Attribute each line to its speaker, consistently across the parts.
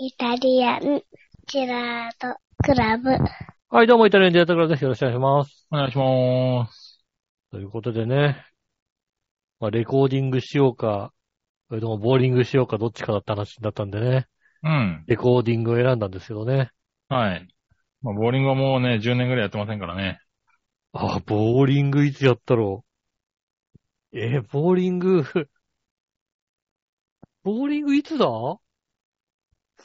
Speaker 1: イタリアンジェラートクラブ。
Speaker 2: はい、どうも、イタリアンジェラートクラブです。よろしくお願いします。
Speaker 3: お願いしまーす。
Speaker 2: ということでね、まあ、レコーディングしようか、それともボーリングしようか、どっちかだった話だったんでね、
Speaker 3: うん。
Speaker 2: レコーディングを選んだんですけどね。
Speaker 3: はい。まあ、ボーリングはもうね、10年ぐらいやってませんからね。
Speaker 2: ああ、ボーリングいつやったろう。えーボーリング、 ボーリングいつだ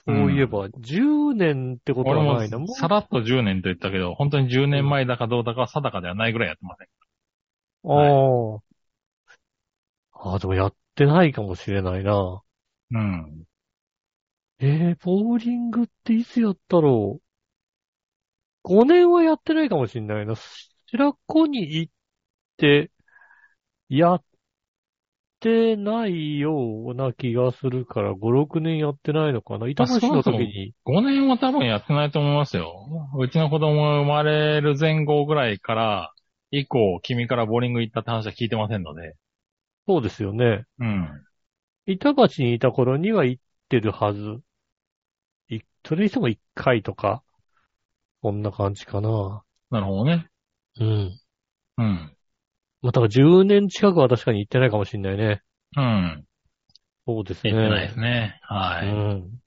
Speaker 2: そういえば、10年ってこと
Speaker 3: 俺
Speaker 2: はないな。
Speaker 3: も
Speaker 2: もう
Speaker 3: さらっと10年と言ったけど、本当に10年前だかどうだかは定かではないぐらいやってません。
Speaker 2: ああ。ああ、でもやってないかもしれないな。
Speaker 3: うん。
Speaker 2: えー、ボーリングっていつやったろう ?5 年はやってないかもしんないな。白子に行って、やってないような気がするから、5、6年やってないのかな。板橋の時に。
Speaker 3: 5年は多分やってないと思いますよ。うちの子供が生まれる前後ぐらいから、以降、君からボーリング行ったって話は聞いてませんので。
Speaker 2: そうですよね。
Speaker 3: うん。
Speaker 2: 板橋にいた頃には行ってるはず。いそれにしても1回とか、こんな感じかな。
Speaker 3: なるほどね。
Speaker 2: うん。
Speaker 3: うん。
Speaker 2: まあ、だから10年近くは確かに行ってないかもしんないね。
Speaker 3: うん。
Speaker 2: そうです
Speaker 3: 行
Speaker 2: ね。
Speaker 3: ってないですね。は
Speaker 2: う
Speaker 3: い。
Speaker 2: ん。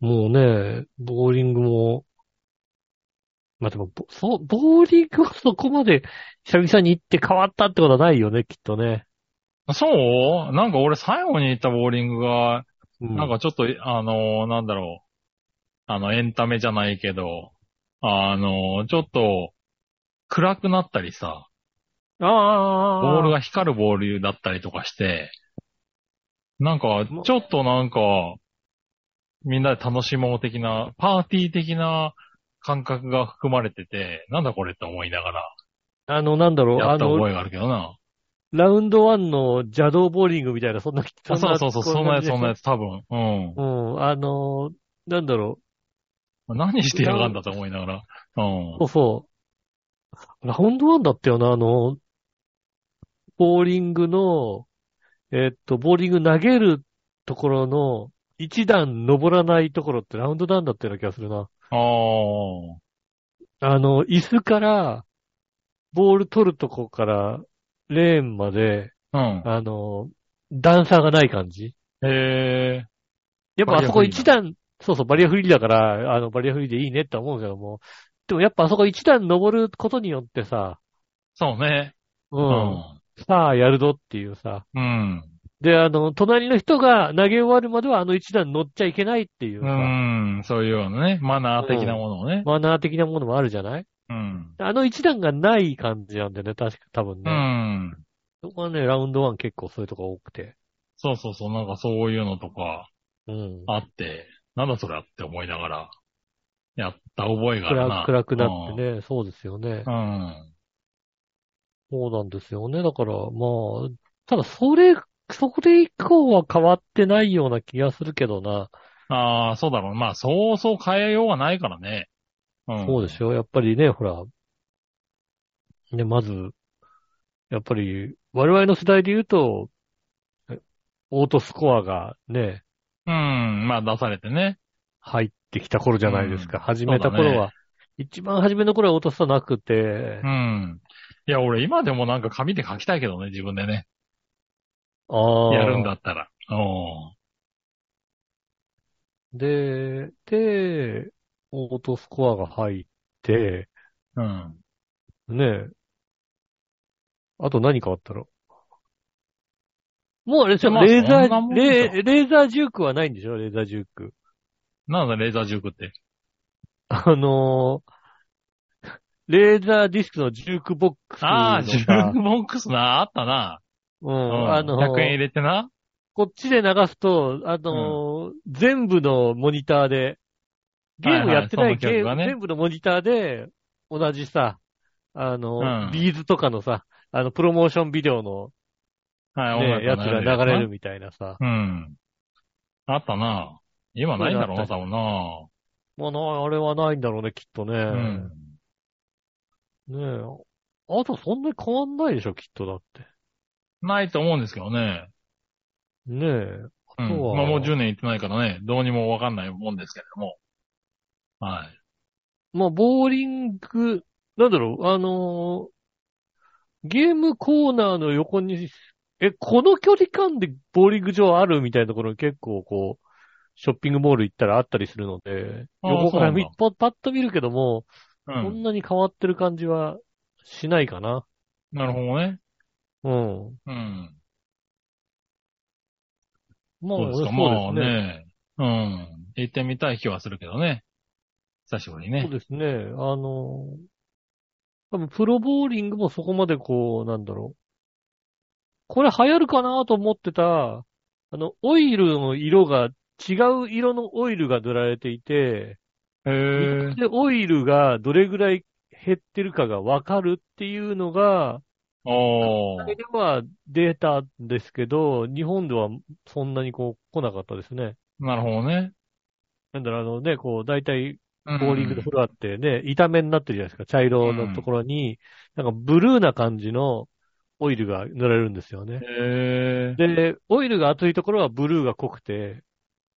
Speaker 2: もうね、ボーリングも、まあ、でも、ぼそう、ボーリングはそこまで、久々に行って変わったってことはないよね、きっとね。
Speaker 3: そうなんか俺最後に行ったボーリングが、
Speaker 2: うん
Speaker 3: なんかちょっと、あのーなんだろう。あの、エンタメじゃないけど、あのーちょっと、暗くなったりさ、
Speaker 2: ああ、
Speaker 3: ボール
Speaker 2: が。
Speaker 3: が光るボールだったりとかして、なんか、ちょっとなんか、みんなで楽しもう的な、パーティー的な感覚が含まれてて、なんだこれって思いながら、
Speaker 2: あの、なんだろう、
Speaker 3: や
Speaker 2: あ
Speaker 3: った覚
Speaker 2: の、
Speaker 3: えがあるけどな。
Speaker 2: ラウンド1の邪道ボーリングみたいな、そんな、
Speaker 3: あそうそうそう、そんなやつ、そんなや
Speaker 2: つ。
Speaker 3: つ、多分。うん。
Speaker 2: うん、あの、なんだろ
Speaker 3: 何してやがんだと思いながら。うん
Speaker 2: う、。そうそう。ラウンド1だったよな、あの、ボーリングの、えっと、ボーリング投げるところの、一段登らないところってラウンドダウンだったような気がするな。
Speaker 3: ああ。
Speaker 2: あの、椅子から、ボール取るとこから、レーンまで、
Speaker 3: うん。
Speaker 2: あの、段差がない感じ。
Speaker 3: へえ。
Speaker 2: やっぱあそこ
Speaker 3: バリアフリー
Speaker 2: 一段、そうそう、バリアフリーだから、あの、バリアフリーでいいねって思うけども、でもやっぱあそこ一段登ることによってさ、
Speaker 3: そうね。
Speaker 2: う、
Speaker 3: うん
Speaker 2: さあやるぞっていうさ、
Speaker 3: ん。
Speaker 2: で、あの、隣の人が投げ終わるまではあの一段乗っちゃいけないっていう
Speaker 3: う
Speaker 2: さ、
Speaker 3: ん。うん。そういうようなね、マナー的なものをね。
Speaker 2: マナー的なものもあるじゃない
Speaker 3: うん。
Speaker 2: あの一段がない感じなんだよね、確か、多分
Speaker 3: う
Speaker 2: ね。
Speaker 3: ん。
Speaker 2: そこはね、ラウンド1結構そういうとこ多くて。
Speaker 3: そうそうそう、なんかそういうのとか
Speaker 2: うん。
Speaker 3: あって、なんだそれって思いながら、やった覚えがある
Speaker 2: 暗
Speaker 3: な。
Speaker 2: 暗くなってね、そうですよね
Speaker 3: う。ん。
Speaker 2: そうなんですよね。だから、まあ、ただそれ、それ以降は変わってないような気がするけどな。
Speaker 3: ああ、そうだろう。まあ、そうそう変えようがないからね。うん。
Speaker 2: そうでしょやっぱりね、ほら。ね、まず、やっぱり、我々の世代で言うと、えオートスコアがね、
Speaker 3: うん。まあ、出されてね。
Speaker 2: 入ってきた頃じゃないですか。
Speaker 3: うん
Speaker 2: 始めた頃
Speaker 3: そうだ
Speaker 2: は、一番初めの頃はオートスコアなくて、
Speaker 3: うん。いや、俺今でもなんか紙で書きたいけどね、自分でね。
Speaker 2: ああ。
Speaker 3: やるんだったら。うん。
Speaker 2: で、で、オートスコアが入って、
Speaker 3: うん。
Speaker 2: ねえ。あと何かあったろもうあれでしょ、
Speaker 3: まあ
Speaker 2: レーザ
Speaker 3: そんなも
Speaker 2: ー、
Speaker 3: んでしょ
Speaker 2: レー、レーザージュークはないんでしょレーザージューク。
Speaker 3: なんだ、レーザー塾って。
Speaker 2: あのーレーザーディスクのジュークボックスのさ。
Speaker 3: ああ、ジュークボックスな、あったな。
Speaker 2: う。
Speaker 3: うんん
Speaker 2: あのー
Speaker 3: 100円入れてな。
Speaker 2: こっちで流すと、あのー全部のモニターで、ゲームやってな
Speaker 3: はいいはいその
Speaker 2: ゲ
Speaker 3: 曲
Speaker 2: ーム、
Speaker 3: がね
Speaker 2: 全部のモニターで、同じさ、あのー
Speaker 3: うん
Speaker 2: ビーズとかのさ、あの、プロモーションビデオの、
Speaker 3: はい、
Speaker 2: ね、やつ
Speaker 3: 音
Speaker 2: が
Speaker 3: 楽
Speaker 2: 流れ
Speaker 3: や
Speaker 2: るみたいなさ。
Speaker 3: つな。うん。あったな。今ないんだろうな、多分な。
Speaker 2: まあ、なあれはないんだろうね、きっとね。
Speaker 3: うん。
Speaker 2: ねえ。あとそんなに変わんないでしょ、きっとだって。
Speaker 3: ないと思うんですけどね。
Speaker 2: ねえ。あと
Speaker 3: う
Speaker 2: は、
Speaker 3: んまあもう10年行ってないからね、どうにもわかんないもんですけれども。はい。
Speaker 2: まあ、ボーリング、なんだろう、あのーゲームコーナーの横に、え、この距離感でボーリング場あるみたいなところに結構こう、ショッピングモール行ったらあったりするので、
Speaker 3: あー
Speaker 2: 横から
Speaker 3: そう
Speaker 2: み
Speaker 3: なんだ
Speaker 2: パパッと見るけども、
Speaker 3: う
Speaker 2: そ
Speaker 3: ん。
Speaker 2: んなに変わってる感じはしないかな。
Speaker 3: なるほどね。
Speaker 2: うん。
Speaker 3: うん。
Speaker 2: まあ、
Speaker 3: そうですか。ま
Speaker 2: そ
Speaker 3: あ
Speaker 2: うですね。
Speaker 3: ね。うん。行ってみたい気はするけどね。久しぶりに
Speaker 2: そう
Speaker 3: ね。
Speaker 2: ですね。あのー、多分プロボーリングもそこまでこう、なんだろう。これ流行るかなと思ってた、あの、オイルの色が、違う色のオイルが塗られていて、
Speaker 3: へえ。
Speaker 2: で、オイルがどれぐらい減ってるかがわかるっていうのが、
Speaker 3: お
Speaker 2: あ
Speaker 3: ー
Speaker 2: れ。ではデータですけど、日本ではそんなにこう来なかったですね。
Speaker 3: なるほどね。
Speaker 2: なんだろう、あのね、こう、大体
Speaker 3: うん
Speaker 2: ボーリングのフロアってね、炒めになってるじゃないですか。茶色のところに、なんかブルーな感じのオイルが塗られるんですよね。
Speaker 3: へえ。
Speaker 2: で、オイルが厚いところはブルーが濃くて、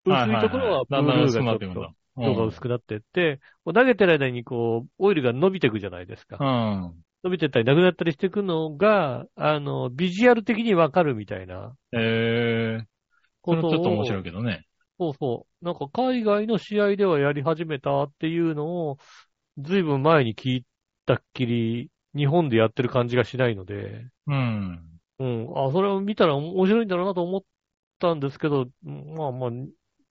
Speaker 2: 薄いところはブ
Speaker 3: だんだん
Speaker 2: ル
Speaker 3: 薄
Speaker 2: ー
Speaker 3: くな
Speaker 2: が
Speaker 3: っ
Speaker 2: ち
Speaker 3: て
Speaker 2: ょ
Speaker 3: く
Speaker 2: っ
Speaker 3: んだ
Speaker 2: と。色が薄くなってって、こう投げてる間にこう、オイルが伸びていくじゃないです
Speaker 3: う
Speaker 2: か。
Speaker 3: ん。うん
Speaker 2: 伸びてったりなくなったりしていくのが、あの、ビジュアル的にわかるみたいな
Speaker 3: へえ。
Speaker 2: こ
Speaker 3: これち
Speaker 2: とを。
Speaker 3: ょっと面白いけどね。
Speaker 2: そうそう。なんか海外の試合ではやり始めたっていうのを、ずいぶん前に聞いたっきり、日本でやってる感じがしないので、
Speaker 3: うん。
Speaker 2: うん。あ、それを見たら面白いんだろうなと思ったんですけど、まあまあ、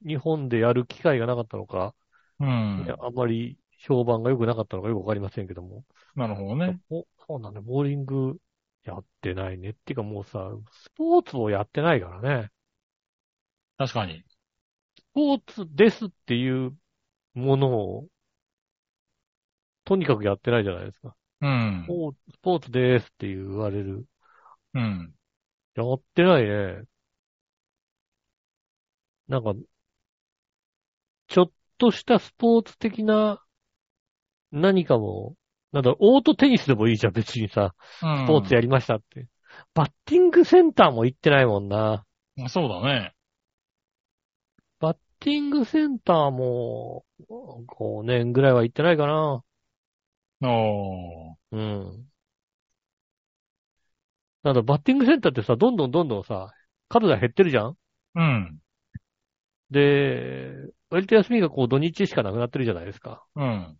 Speaker 2: 日本でやる機会がなかったのか、
Speaker 3: うん
Speaker 2: ね。あんまり評判が良くなかったのかよくわかりませんけども。
Speaker 3: なるほどね。
Speaker 2: おそうなんだ、ボーリングやってないね。っていうかもうさ、スポーツをやってないからね。
Speaker 3: 確かに。
Speaker 2: スポーツですっていうものを、とにかくやってないじゃないですか。
Speaker 3: うん
Speaker 2: ス。ポースポーツですって言われる。
Speaker 3: うん。
Speaker 2: やってないね。なんか、ちょっとしたスポーツ的な何かも、なんだろう、オートテニスでもいいじゃん、別にさ。
Speaker 3: ス
Speaker 2: スポーツやりましたって。バッティングセンターも行ってないもんな。
Speaker 3: そうだね。
Speaker 2: バッティングセンターも、5年ぐらいは行ってないかな。
Speaker 3: お
Speaker 2: うん。なんだ、バッティングセンターってさ、どんどんどんどんさ、数が減ってるじゃん
Speaker 3: ー。うん。
Speaker 2: で、割と休みがこう土日しかなくなってるじゃないですか。
Speaker 3: うん。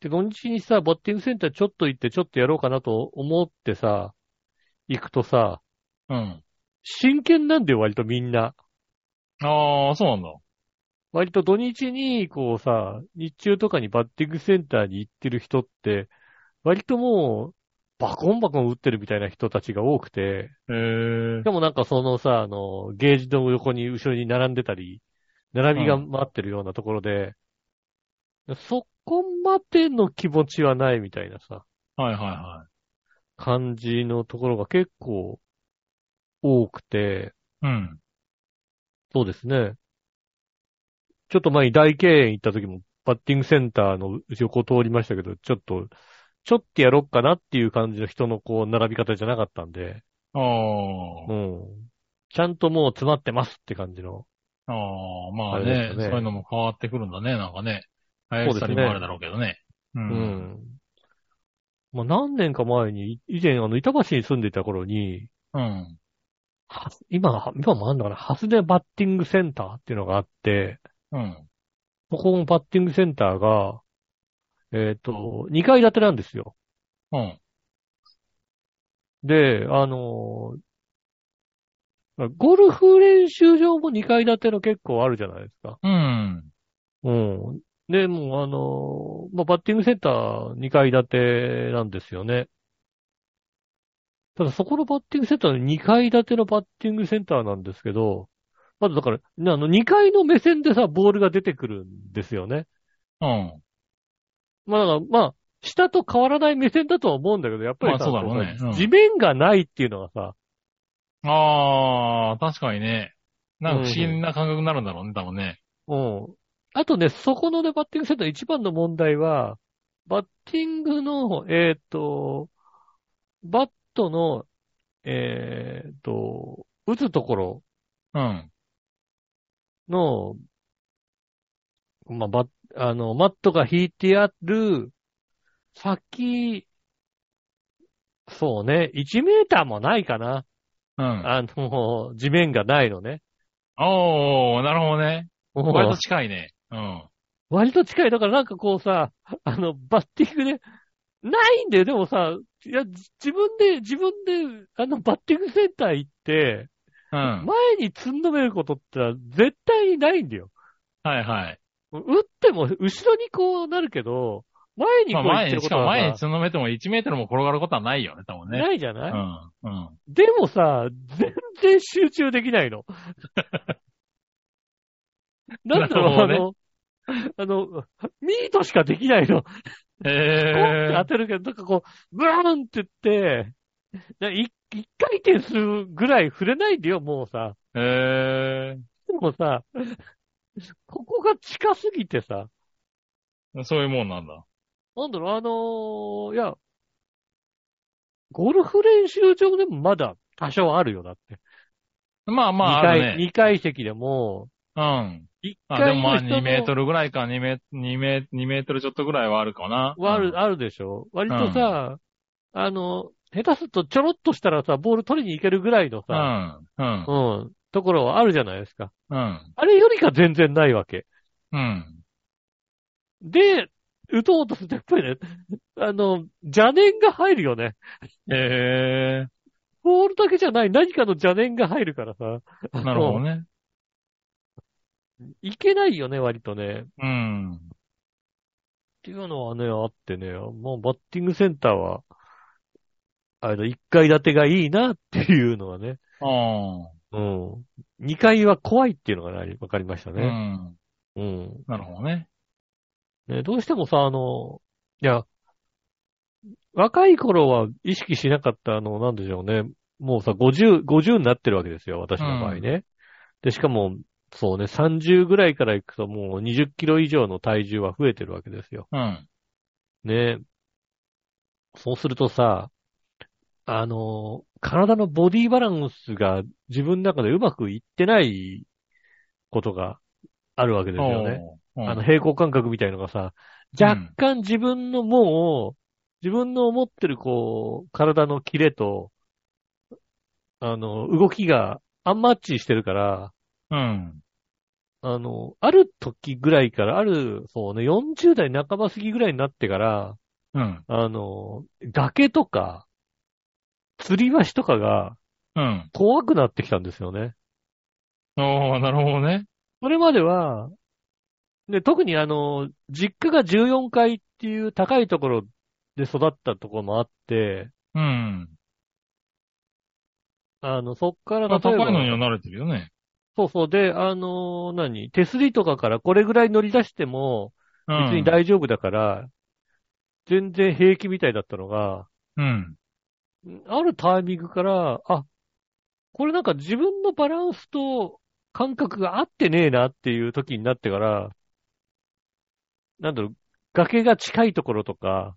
Speaker 2: で、土日にさ、バッティングセンターちょっと行ってちょっとやろうかなと思ってさ、行くとさ、
Speaker 3: うん。
Speaker 2: 真剣なんだよ、割とみんな。
Speaker 3: ああ、そうなんだ。
Speaker 2: 割と土日に、こうさ、日中とかにバッティングセンターに行ってる人って、割ともう、バコンバコン打ってるみたいな人たちが多くて、
Speaker 3: へえ
Speaker 2: し。かもなんかそのさ、あの、ゲージの横に後ろに並んでたり、並びが
Speaker 3: うん
Speaker 2: 待ってるようなところで、そこまでの気持ちはないみたいなさ、
Speaker 3: はいはいは
Speaker 2: 感じのところが結構多くて、
Speaker 3: い。うん。
Speaker 2: そうですね。ちょっと前に大敬遠行った時も、バッティングセンターの横を通りましたけど、ちょっと、ちょっとやろっかなっていう感じの人のこう、並び方じゃなかったんで、う
Speaker 3: あ
Speaker 2: ん。ちゃんともう詰まってますって感じの。
Speaker 3: あ。ああ、まあ
Speaker 2: あれで
Speaker 3: ね
Speaker 2: す
Speaker 3: そう
Speaker 2: ね
Speaker 3: いうのも変わってくるんだね、なんかね。流行
Speaker 2: で
Speaker 3: り
Speaker 2: すね
Speaker 3: たりもあるだろうけどね。う。
Speaker 2: うんん。まあ、何年か前に、以前あの、板橋に住んでいた頃に、
Speaker 3: うん。
Speaker 2: は今、今もあんのかな、ハスネバッティングセンターっていうのがあって、
Speaker 3: うん。
Speaker 2: ここのバッティングセンターが、えっ、と、2階建てなんですよ。
Speaker 3: うん。
Speaker 2: で、あのーゴルフ練習場も2階建ての結構あるじゃないですか。
Speaker 3: うん。
Speaker 2: うん。で、もうあのーまあ、バッティングセンター2階建てなんですよね。ただそこのバッティングセンターの2階建てのバッティングセンターなんですけど、まずだから、ねあの2階の目線でさ、ボールが出てくるんですよね。
Speaker 3: うん。
Speaker 2: まあだから、まあ、下と変わらない目線だとは思うんだけど、やっぱりさ、
Speaker 3: まあそうだろうね
Speaker 2: こ
Speaker 3: うん
Speaker 2: 地面がないっていうのがさ、
Speaker 3: ああ、確かにね。なんか不思
Speaker 2: う
Speaker 3: 議な感覚になるんだろうね、多分ね。
Speaker 2: うん。あとね、そこのね、バッティングセンター一番の問題は、バッティングの、えっ、と、バットの、えっ、と、打つところ
Speaker 3: うん。
Speaker 2: の、まあ、ば、あの、マットが引いてある、先、そうね、1メーターもないかな。
Speaker 3: うん。
Speaker 2: あの、地面がないのね。
Speaker 3: おー、なるほどね。
Speaker 2: もう
Speaker 3: 割と近いね。うん。
Speaker 2: 割と近い。だからなんかこうさ、あの、バッティングで、ないんだよ。でもさ、いや、じ自分で、自分で、あの、バッティングセンター行って、
Speaker 3: うん。
Speaker 2: 前に積んどめることってのは絶対にないんだよ。
Speaker 3: はいはい。
Speaker 2: 打っても後ろにこうなるけど、前に
Speaker 3: ま
Speaker 2: こ
Speaker 3: あ
Speaker 2: う行って
Speaker 3: 前
Speaker 2: る
Speaker 3: に、
Speaker 2: こ
Speaker 3: し
Speaker 2: と
Speaker 3: かも
Speaker 2: は
Speaker 3: 前に
Speaker 2: さ
Speaker 3: つんのめても1メートルも転がることはないよね、多分ね。
Speaker 2: ないじゃない、
Speaker 3: うん。うん。
Speaker 2: でもさ、全然集中できない の。なんだろう、
Speaker 3: なる
Speaker 2: あの、あの、ミートしかできないの。ポンって
Speaker 3: え
Speaker 2: 当てるけど、なんかこう、ブラーンって言って、な一一回転するぐらい触れないでよ、もうさ。
Speaker 3: ー、え
Speaker 2: でもさ、ここが近すぎてさ、
Speaker 3: ー、そういうもんなんだ。
Speaker 2: なんだろう、あのーいや、ゴルフ練習場でもまだ多少あるよ、だって。
Speaker 3: まあま
Speaker 2: 二
Speaker 3: あ、あ
Speaker 2: 階
Speaker 3: るね。
Speaker 2: 二階席でも、
Speaker 3: うん。
Speaker 2: 一
Speaker 3: あ、で
Speaker 2: 階
Speaker 3: もま
Speaker 2: の
Speaker 3: あ
Speaker 2: 人の
Speaker 3: 2メートルぐらいか、2メ、2メ、2メートルちょっとぐらいはあるかな。
Speaker 2: はある、あるでしょ割とさ、あの、下手するとちょろっとしたらさ、ボール取りに行けるぐらいの
Speaker 3: う
Speaker 2: さ、
Speaker 3: ん。うん。
Speaker 2: うん、ところはあるじゃないですか。
Speaker 3: うん。
Speaker 2: あれよりか全然ないわけ。
Speaker 3: うん。
Speaker 2: で、打とうとするとやっぱりね、あの、邪念が入るよね。
Speaker 3: え
Speaker 2: ボールだけじゃない何かの邪念が入るからさ。
Speaker 3: えー、なるほどね。
Speaker 2: いけないよね、割とね。っ
Speaker 3: うん。
Speaker 2: ていうのはね、あってね、もうバッティングセンターは、あれだ、1階建てがいいなっていうのはね。
Speaker 3: ああ。
Speaker 2: うん。2階は怖いっていうのがねわかりました
Speaker 3: う
Speaker 2: ね。
Speaker 3: ん。
Speaker 2: うん。
Speaker 3: なるほどね。
Speaker 2: ね、どうしてもさ、あの、いや、若い頃は意識しなかった、あの、なんでしょうね。もうさ、50、50になってるわけですよ、私の場合ね。で、しかも、そうね、30ぐらいから行くともう20キロ以上の体重は増えてるわけですよ。
Speaker 3: うん。
Speaker 2: ね。そうするとさ、あの、体のボディバランスが自分の中でうまくいってないことがあるわけですよね。
Speaker 3: おー。
Speaker 2: あの、
Speaker 3: うん
Speaker 2: 平行感覚みたいのがさ、
Speaker 3: うん
Speaker 2: 若干自分のもう、自分の思ってるこう、体のキレと、あの、動きがアンマッチしてるから、
Speaker 3: うん。
Speaker 2: あの、ある時ぐらいから、ある、そうね、40代半ば過ぎぐらいになってから、
Speaker 3: うん。
Speaker 2: あの、崖とか、釣り橋とかが
Speaker 3: うん。
Speaker 2: 怖くなってきたんですよね。
Speaker 3: おー、なるほどね。
Speaker 2: それまでは、で、特にあの、実家が14階っていう高いところで育ったところもあって、
Speaker 3: うん。
Speaker 2: あの、そっから
Speaker 3: まあ、
Speaker 2: 例
Speaker 3: 高
Speaker 2: え
Speaker 3: い
Speaker 2: ば、
Speaker 3: のには慣れてるよね。
Speaker 2: そうそう、で、あの、何、手すりとかからこれぐらい乗り出しても、
Speaker 3: う
Speaker 2: 別
Speaker 3: ん。
Speaker 2: に大丈夫だから、全然平気みたいだったのが、
Speaker 3: うん。
Speaker 2: あるタイミングから、あ、これなんか自分のバランスと感覚が合ってねえなっていう時になってから、なんだろう、崖が近いところとか、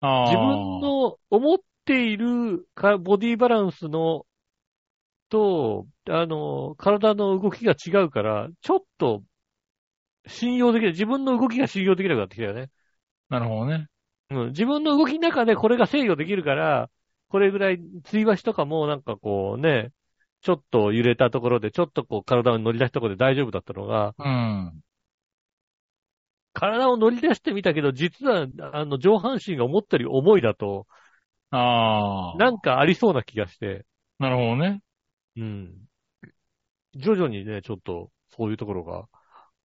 Speaker 3: ああ。
Speaker 2: 自分の思っているかボディバランスの、と、あの、体の動きが違うから、ちょっと、信用できない。自分の動きが信用できなくなってきたよね。
Speaker 3: なるほどね。
Speaker 2: うん。自分の動きの中でこれが制御できるから、これぐらい、つり橋とかもなんかこうね、ちょっと揺れたところで、ちょっとこう体を乗り出したところで大丈夫だったのが、
Speaker 3: うん。
Speaker 2: 体を乗り出してみたけど、実は、あの、上半身が思ったより重いだと、
Speaker 3: ああ。
Speaker 2: なんかありそうな気がして、
Speaker 3: なるほどね。
Speaker 2: うん。徐々にね、ちょっと、そういうところが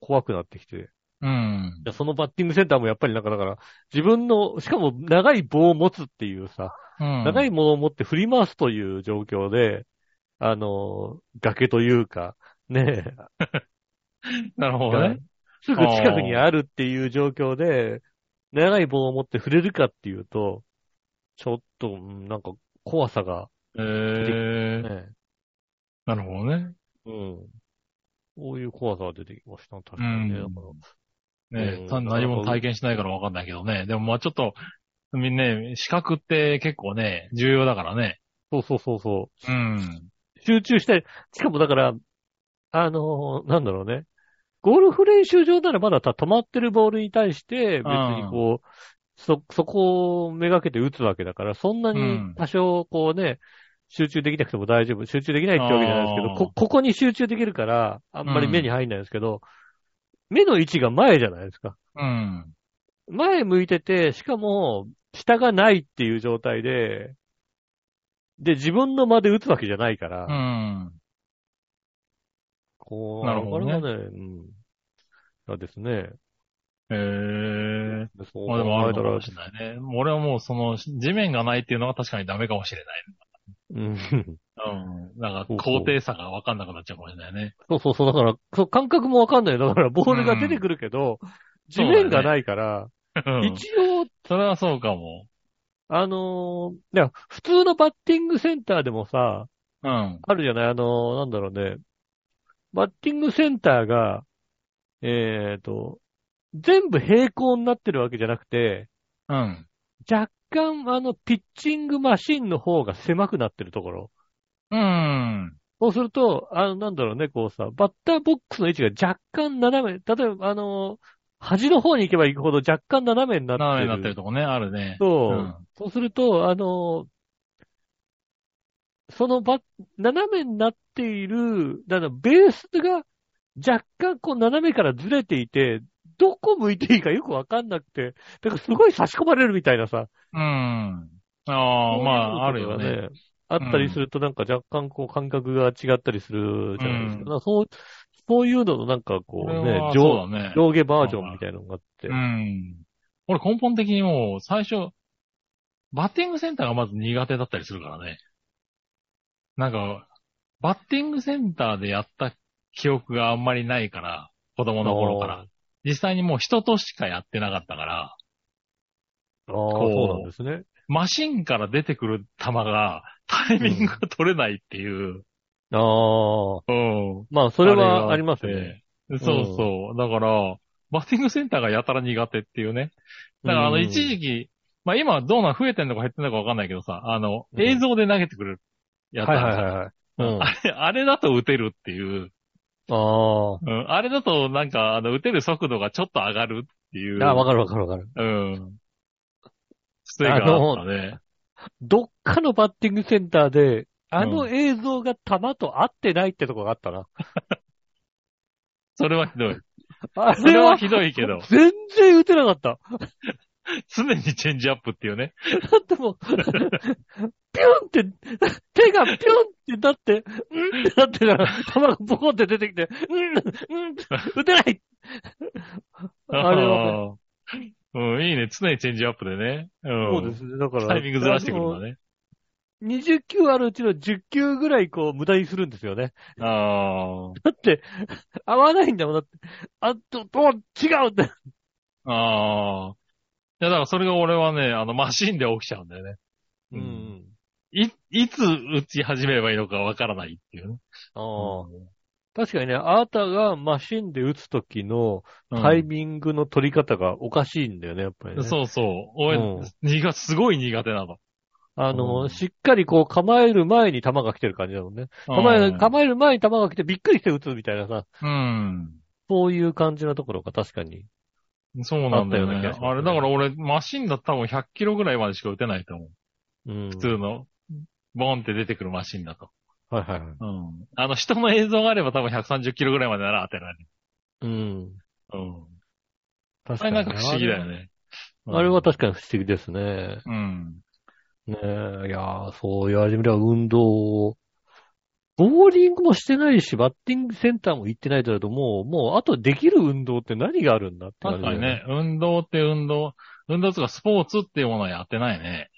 Speaker 2: 怖くなってきて。
Speaker 3: うん。
Speaker 2: そのバッティングセンターもやっぱりなんかだから、自分の、しかも長い棒を持つっていうさ、
Speaker 3: うん。
Speaker 2: 長いものを持って振り回すという状況で、あの、崖というか、ねえ、
Speaker 3: なるほどね。
Speaker 2: すぐ近くにあるっていう状況で、長い棒を持って振れるかっていうと、ちょっと、うんなんか怖さが、
Speaker 3: ええ
Speaker 2: ね
Speaker 3: ー。なるほどね。
Speaker 2: うん。こういう怖さが出てきました、確かにね。
Speaker 3: うん
Speaker 2: だから
Speaker 3: ね
Speaker 2: うん
Speaker 3: た何も体験しないからわかんないけどね。でもまあちょっと、みんなね、視覚って結構ね、重要だからね。
Speaker 2: そうそうそうそう。
Speaker 3: うん。
Speaker 2: 集中したい。しかもだから、あのーなんだろうね。ゴルフ練習場ならまだた止まってるボールに対して、別にこう、そ、そこをめがけて打つわけだから、そんな
Speaker 3: う
Speaker 2: に
Speaker 3: ん
Speaker 2: 多少こうね、集中できなくても大丈夫。集中できないってわけじゃないですけ
Speaker 3: あ
Speaker 2: ど、
Speaker 3: ー
Speaker 2: こ、ここに集中できるから、あんまり目に入んないですけど、目の位置が前じゃないですか。
Speaker 3: うん。
Speaker 2: 前向いてて、しかも、下がないっていう状態で、で、自分の間で打つわけじゃないから、
Speaker 3: うん。
Speaker 2: こう、
Speaker 3: なるほどね
Speaker 2: これはね、うん。そうですね。
Speaker 3: ええ
Speaker 2: そう
Speaker 3: まあでもあ
Speaker 2: 考え
Speaker 3: る
Speaker 2: た
Speaker 3: のからも、しれないね。俺はもうその地面がないっていうのは確かにダメかもしれない。
Speaker 2: うん。
Speaker 3: うん。なんか
Speaker 2: そうそう
Speaker 3: 高低差がわかんなくなっちゃうかもしれないね。
Speaker 2: そうそうそう、だから、そう感覚もわかんない。だから、ボールが出てくるけど、地面がないから、
Speaker 3: うん
Speaker 2: 一応、
Speaker 3: それはそうかも。
Speaker 2: あのー、いや、普通のバッティングセンターでもさ、
Speaker 3: うん。
Speaker 2: あるじゃないあのー、なんだろうね。バッティングセンターが、えっ、と、全部平行になってるわけじゃなくて、
Speaker 3: うん。
Speaker 2: 若干、あの、ピッチングマシンの方が狭くなってるところ。
Speaker 3: うん。
Speaker 2: そうすると、あの、なんだろうね、こうさ、バッターボックスの位置が若干斜め、例えば、あの、端の方に行けば行くほど若干斜めになってる。
Speaker 3: 斜めになってるとこね、あるね。
Speaker 2: そうう。
Speaker 3: ん。
Speaker 2: そうすると、あの、そのバッ、斜めになっている、だからベースが若干こう斜めからずれていて、どこ向いていいかよくわかんなくて、だからすごい差し込まれるみたいなさ。
Speaker 3: うん。ああ、まあ、あ
Speaker 2: そう
Speaker 3: る
Speaker 2: いうの
Speaker 3: よ
Speaker 2: が
Speaker 3: ね。。
Speaker 2: あったりするとなんか若干こう感覚が違ったりするじゃないですか。
Speaker 3: う
Speaker 2: だ
Speaker 3: ん
Speaker 2: からそう、そういうののなんかこ
Speaker 3: こ
Speaker 2: う
Speaker 3: れ
Speaker 2: ね
Speaker 3: は、そう
Speaker 2: 上
Speaker 3: だね。
Speaker 2: 上下バージョンみたいなのがあって。
Speaker 3: うん。俺根本的にもう最初、バッティングセンターがまず苦手だったりするからね。なんか、バッティングセンターでやった記憶があんまりないから、子供の頃から。実際にもう人としかやってなかったから、
Speaker 2: ああ、そうなんですね。
Speaker 3: マシンから出てくる球がタイミングが取れないっていう。
Speaker 2: ああ。
Speaker 3: うん。
Speaker 2: まあ、それはありますよね。
Speaker 3: あれがあって。そうそう。だから、バッティングセンターがやたら苦手っていうね。だから、あの、
Speaker 2: うん
Speaker 3: 一時期、まあ今はどうなん増えてんのか減ってんのかわかんないけどさ、あの、
Speaker 2: うん
Speaker 3: 映像で投げてくるやつ
Speaker 2: はい
Speaker 3: あ
Speaker 2: はい
Speaker 3: るじゃん
Speaker 2: はいはい。うん。あ
Speaker 3: あれ、あれだと打てるっていう。
Speaker 2: あ
Speaker 3: うん。あれだと、なんか、あの、打てる速度がちょっと上がるってい
Speaker 2: ー。
Speaker 3: う。
Speaker 2: ああ、わかるわかるわかる。
Speaker 3: うん。癖があったね。
Speaker 2: どっかのバッティングセンターで、あ
Speaker 3: う
Speaker 2: の映像が球と合ってないってとこがあったな。
Speaker 3: それはひどい。
Speaker 2: あ
Speaker 3: それはひどいけど、
Speaker 2: 全然打てなかった。
Speaker 3: 常にチェンジアップっていうね。
Speaker 2: だってもう、ピュンって、手がピュンってなって、うんってなってから、球がボコンって出てきて、うん、うん、打てないあれは
Speaker 3: は。うん、いいね。常にチェンジアップでね。うん。
Speaker 2: そうですね。だから。
Speaker 3: タイミングずらしてくるんだね。
Speaker 2: 20球あるうちの10球ぐらいこう無駄にするんですよね。
Speaker 3: あ
Speaker 2: だって、合わないんだもん。だって、あ、と、と、違うって。
Speaker 3: あ。ああ。いや、だからそれが俺はね、あの、マシンで起きちゃうんだよね。
Speaker 2: う。ん。
Speaker 3: い、いつ打ち始めればいいのかわからないっていうね。
Speaker 2: ああ。確かにね、あなたがマシンで打つ時の
Speaker 3: うん
Speaker 2: タイミングの取り方がおかしいんだよね、やっぱりね。
Speaker 3: そうそう。俺、
Speaker 2: うん
Speaker 3: 苦、すごい苦手なの。
Speaker 2: あの、
Speaker 3: うん
Speaker 2: しっかりこう構える前に球が来てる感じだもんね。構え
Speaker 3: う
Speaker 2: る、
Speaker 3: ん
Speaker 2: 構える前に球が来てびっくりして打つみたいなさ、
Speaker 3: うん。
Speaker 2: そういう感じのところが確かに。
Speaker 3: そうなんだよ
Speaker 2: あったような気
Speaker 3: ね。
Speaker 2: がしますね
Speaker 3: あれ、だから俺、マシンだったら多分100キロぐらいまでしか打てないと思う。
Speaker 2: うん。
Speaker 3: 普通の、ボンって出てくるマシンだと。
Speaker 2: はいはいはい。
Speaker 3: うん。あの、人の映像があれば多分130キロぐらいまでなら当てられる。
Speaker 2: うん。
Speaker 3: うん。
Speaker 2: 確
Speaker 3: あれなんか不思議だよ。ね。うん
Speaker 2: あれは確かに不思議ですね。
Speaker 3: うん。
Speaker 2: ねえ、いやーそう言われてみれば運動を、ボーリングもしてないし、バッティングセンターも行ってないとなると、もう、もう、あとできる運動って何があるんだって感
Speaker 3: 確
Speaker 2: じ。
Speaker 3: かに。ね、運動って運動、運動とかスポーツっていうものはやってないね。